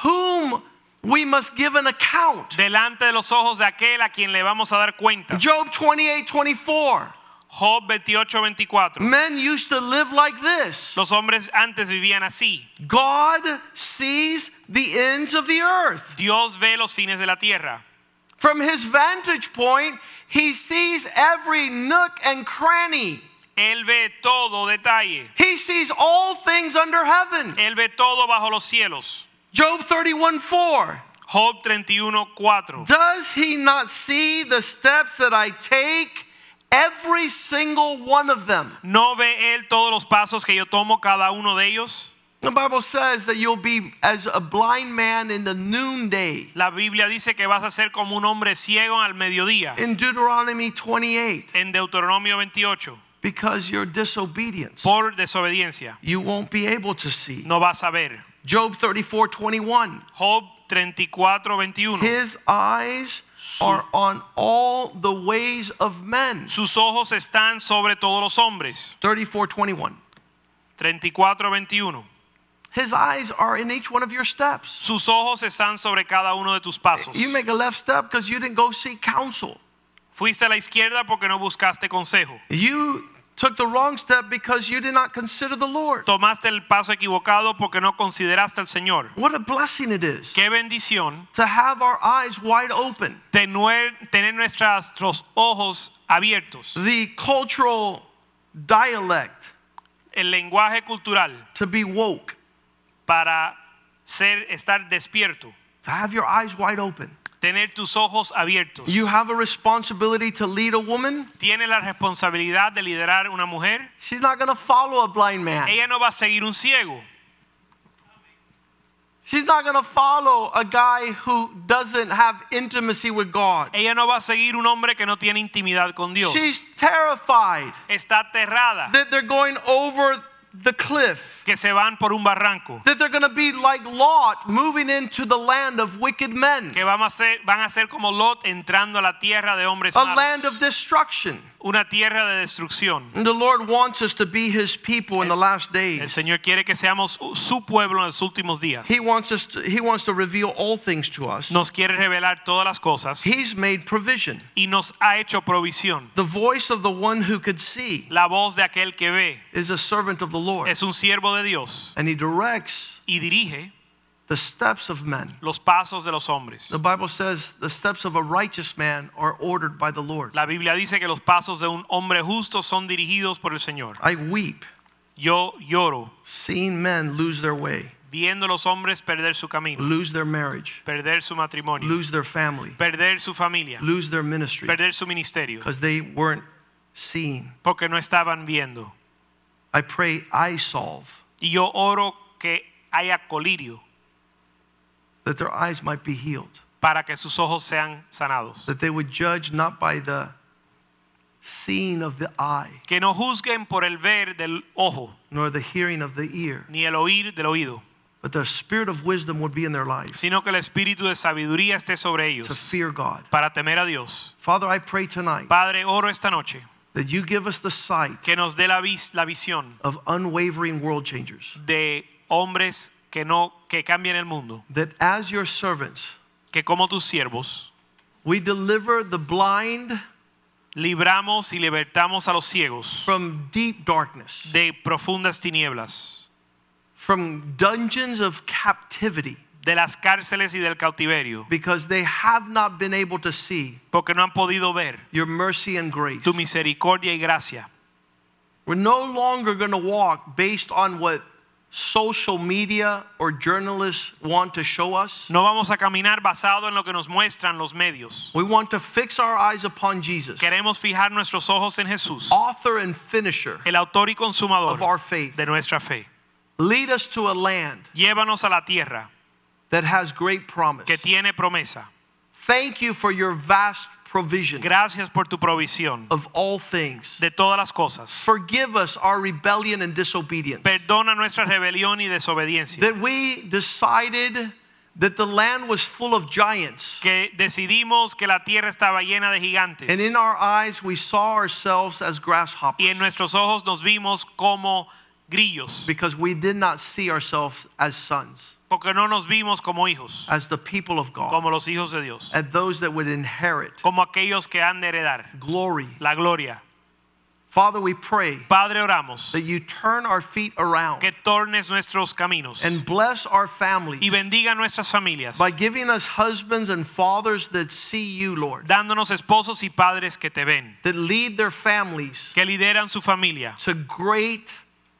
Speaker 1: whom we must give an account.
Speaker 2: delante de los ojos de aquel a quien le vamos a dar cuenta.
Speaker 1: Job 28 24.
Speaker 2: Job 28, 24.
Speaker 1: Men used to live like this.
Speaker 2: Los hombres antes vivían así.
Speaker 1: God sees the ends of the earth.
Speaker 2: Dios ve los fines de la tierra.
Speaker 1: From his vantage point, he sees every nook and cranny.
Speaker 2: Él ve todo detalle.
Speaker 1: He sees all things under heaven.
Speaker 2: Él ve todo bajo los cielos.
Speaker 1: Job 31 4.
Speaker 2: Job 31, 4.
Speaker 1: Does he not see the steps that I take? Every single one of them.
Speaker 2: ¿No ve él todos los pasos que yo tomo cada uno de ellos?
Speaker 1: The Bible says that you'll be as a blind man in the noonday
Speaker 2: La Biblia dice que vas a ser como un hombre ciego al mediodía.
Speaker 1: in Deuteronomy 28
Speaker 2: En Deuteronomio 28.
Speaker 1: because your disobedience.
Speaker 2: Por desobediencia.
Speaker 1: You won't be able to see.
Speaker 2: No vas a ver.
Speaker 1: Job 34 21.
Speaker 2: Job 34, 21.
Speaker 1: His eyes are on all the ways of men.
Speaker 2: Sus ojos están sobre todos los hombres.
Speaker 1: 34 21.
Speaker 2: 34, 21.
Speaker 1: His eyes are in each one of your steps.
Speaker 2: Sus ojos están sobre cada uno de tus pasos.
Speaker 1: You make a left step because you didn't go seek counsel.
Speaker 2: Fuiste a la izquierda porque no buscaste consejo.
Speaker 1: You took the wrong step because you did not consider the Lord.
Speaker 2: Tomaste el paso equivocado porque no consideraste al Señor.
Speaker 1: What a blessing it is
Speaker 2: Qué bendición
Speaker 1: to have our eyes wide open.
Speaker 2: tener, tener nuestros ojos abiertos.
Speaker 1: The cultural dialect
Speaker 2: El lenguaje cultural
Speaker 1: to be woke,
Speaker 2: para ser, estar despierto.
Speaker 1: to have your eyes wide open.
Speaker 2: Tener tus ojos abiertos.
Speaker 1: You have a responsibility to lead a woman.
Speaker 2: Tiene la responsabilidad de liderar una mujer.
Speaker 1: She's not going to follow a blind man.
Speaker 2: Ella no va a seguir un ciego.
Speaker 1: She's not going to follow a guy who doesn't have intimacy with God.
Speaker 2: Ella no va a seguir un hombre que no tiene intimidad con Dios.
Speaker 1: She's terrified
Speaker 2: Está aterrada
Speaker 1: that they're going over the cliff,
Speaker 2: que se van por un barranco.
Speaker 1: that they're going to be like Lot moving into the land of wicked men,
Speaker 2: Que van a ser, van a ser como Lot entrando a la tierra de hombres
Speaker 1: a
Speaker 2: malos.
Speaker 1: land of destruction.
Speaker 2: Una tierra de destrucción.
Speaker 1: And the Lord wants us to be his people in the last
Speaker 2: El
Speaker 1: days.
Speaker 2: Señor quiere que seamos su pueblo en los últimos días.
Speaker 1: He wants us to, he wants to reveal all things to us.
Speaker 2: Nos quiere revelar todas las cosas
Speaker 1: He's made provision.
Speaker 2: y nos ha hecho provisión.
Speaker 1: The voice of the one who could see
Speaker 2: La voz de aquel que ve
Speaker 1: is a servant of the Lord,
Speaker 2: es un siervo de Dios
Speaker 1: and he directs
Speaker 2: y dirige
Speaker 1: the steps of men.
Speaker 2: los pasos de los hombres.
Speaker 1: The Bible says the steps of a righteous man are ordered by the Lord.
Speaker 2: La Biblia dice que los pasos de un hombre justo son dirigidos por el Señor.
Speaker 1: I weep
Speaker 2: Yo lloro
Speaker 1: seeing men lose their way,
Speaker 2: viendo a los hombres perder su camino,
Speaker 1: lose their marriage,
Speaker 2: perder su matrimonio,
Speaker 1: lose their family,
Speaker 2: perder su familia,
Speaker 1: lose their ministry
Speaker 2: perder su ministerio,
Speaker 1: because they weren't seeing.
Speaker 2: porque no estaban viendo.
Speaker 1: I pray I solve
Speaker 2: Y yo oro que haya colirio
Speaker 1: that their eyes might be healed,
Speaker 2: para que sus ojos sean sanados.
Speaker 1: that they would judge not by the seeing of the eye,
Speaker 2: Que no juzguen por el ver del ojo,
Speaker 1: nor the hearing of the ear,
Speaker 2: ni el oír del oído,
Speaker 1: but the spirit of wisdom would be in their lives
Speaker 2: sino que el espíritu de sabiduría esté sobre
Speaker 1: to
Speaker 2: ellos
Speaker 1: fear God.
Speaker 2: para temer a Dios.
Speaker 1: Father, I pray tonight
Speaker 2: Padre, oro esta noche
Speaker 1: that you give us the sight
Speaker 2: que nos dé la, vis- la visión
Speaker 1: of unwavering world changers.
Speaker 2: de hombres que no que cambien el mundo,
Speaker 1: that as your servants,
Speaker 2: que como tus siervos
Speaker 1: we deliver the blind
Speaker 2: libramos y libertamos a los ciegos
Speaker 1: from deep darkness,
Speaker 2: de profundas tinieblas,
Speaker 1: from dungeons of captivity,
Speaker 2: de las cárceles y del cautiverio,
Speaker 1: because they have not been able to see
Speaker 2: porque no han podido ver
Speaker 1: your mercy and grace.
Speaker 2: tu misericordia y gracia.
Speaker 1: We're no longer going to walk based on what social media or journalists want to show us.
Speaker 2: No vamos a caminar basado en lo que nos muestran los medios.
Speaker 1: We want to fix our eyes upon Jesus,
Speaker 2: Queremos fijar nuestros ojos en Jesús,
Speaker 1: author and finisher
Speaker 2: el autor y consumador
Speaker 1: of our faith.
Speaker 2: de nuestra fe.
Speaker 1: Lead us to a land
Speaker 2: Llévanos a la tierra
Speaker 1: that has great promise.
Speaker 2: que tiene promesa.
Speaker 1: Thank you for your vast provision.
Speaker 2: Gracias por tu provisión
Speaker 1: of all things.
Speaker 2: de todas las cosas.
Speaker 1: Forgive us our rebellion and disobedience.
Speaker 2: Perdona nuestra rebelión y desobediencia.
Speaker 1: That we decided that the land was full of giants.
Speaker 2: Que decidimos que la tierra estaba llena de gigantes.
Speaker 1: And in our eyes, we saw ourselves as
Speaker 2: Y
Speaker 1: grasshoppers
Speaker 2: en nuestros ojos nos vimos como grillos.
Speaker 1: because we did not see ourselves as sons.
Speaker 2: porque no nos vimos como hijos,
Speaker 1: as the people of God,
Speaker 2: como los hijos de Dios,
Speaker 1: and those that would inherit
Speaker 2: como aquellos que han de heredar
Speaker 1: glory.
Speaker 2: la gloria.
Speaker 1: Father, we pray
Speaker 2: Padre, oramos
Speaker 1: that you turn our feet around
Speaker 2: que tornes nuestros caminos
Speaker 1: and bless our families
Speaker 2: y bendiga nuestras familias,
Speaker 1: by giving us husbands and fathers that see you, Lord,
Speaker 2: dándonos esposos y padres que te ven,
Speaker 1: that lead their families
Speaker 2: que lideran su familia
Speaker 1: to great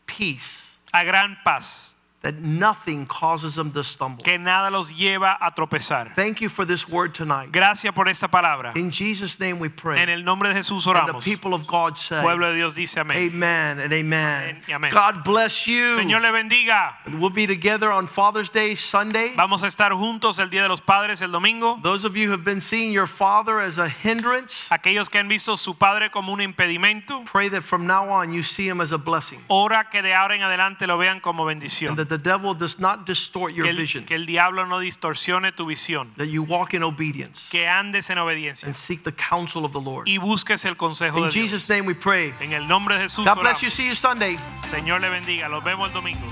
Speaker 1: peace,
Speaker 2: a gran paz,
Speaker 1: that nothing causes them to stumble.
Speaker 2: que nada los lleva a tropezar.
Speaker 1: Thank you for this word tonight.
Speaker 2: Gracias por esta palabra.
Speaker 1: In Jesus' name we pray.
Speaker 2: En el nombre de Jesús
Speaker 1: And the
Speaker 2: oramos.
Speaker 1: people of God say,
Speaker 2: Pueblo de Dios dice amén.
Speaker 1: Amen and amen.
Speaker 2: Amén y amén.
Speaker 1: God bless you.
Speaker 2: Señor le bendiga.
Speaker 1: We'll be together on Father's Day Sunday.
Speaker 2: Vamos a estar juntos el Día de los Padres el domingo.
Speaker 1: Those of you who have been seeing your father as a hindrance,
Speaker 2: Aquellos que han visto a su padre como un impedimento,
Speaker 1: pray that from now on you see him as a blessing
Speaker 2: ora que de ahora en adelante lo vean como
Speaker 1: and
Speaker 2: bendición.
Speaker 1: that the devil does not distort your
Speaker 2: Que el,
Speaker 1: vision,
Speaker 2: que el diablo no distorsione tu visión.
Speaker 1: that you walk in obedience
Speaker 2: Que andes en obediencia
Speaker 1: and seek the counsel of the Lord.
Speaker 2: y busques el consejo
Speaker 1: In
Speaker 2: de Dios.
Speaker 1: Jesus' name we pray.
Speaker 2: En el nombre de Jesús.
Speaker 1: God bless
Speaker 2: oramos.
Speaker 1: you. See you Sunday.
Speaker 2: Señor le bendiga. Los vemos el domingo.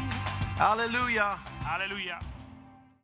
Speaker 1: Hallelujah.
Speaker 2: Aleluya.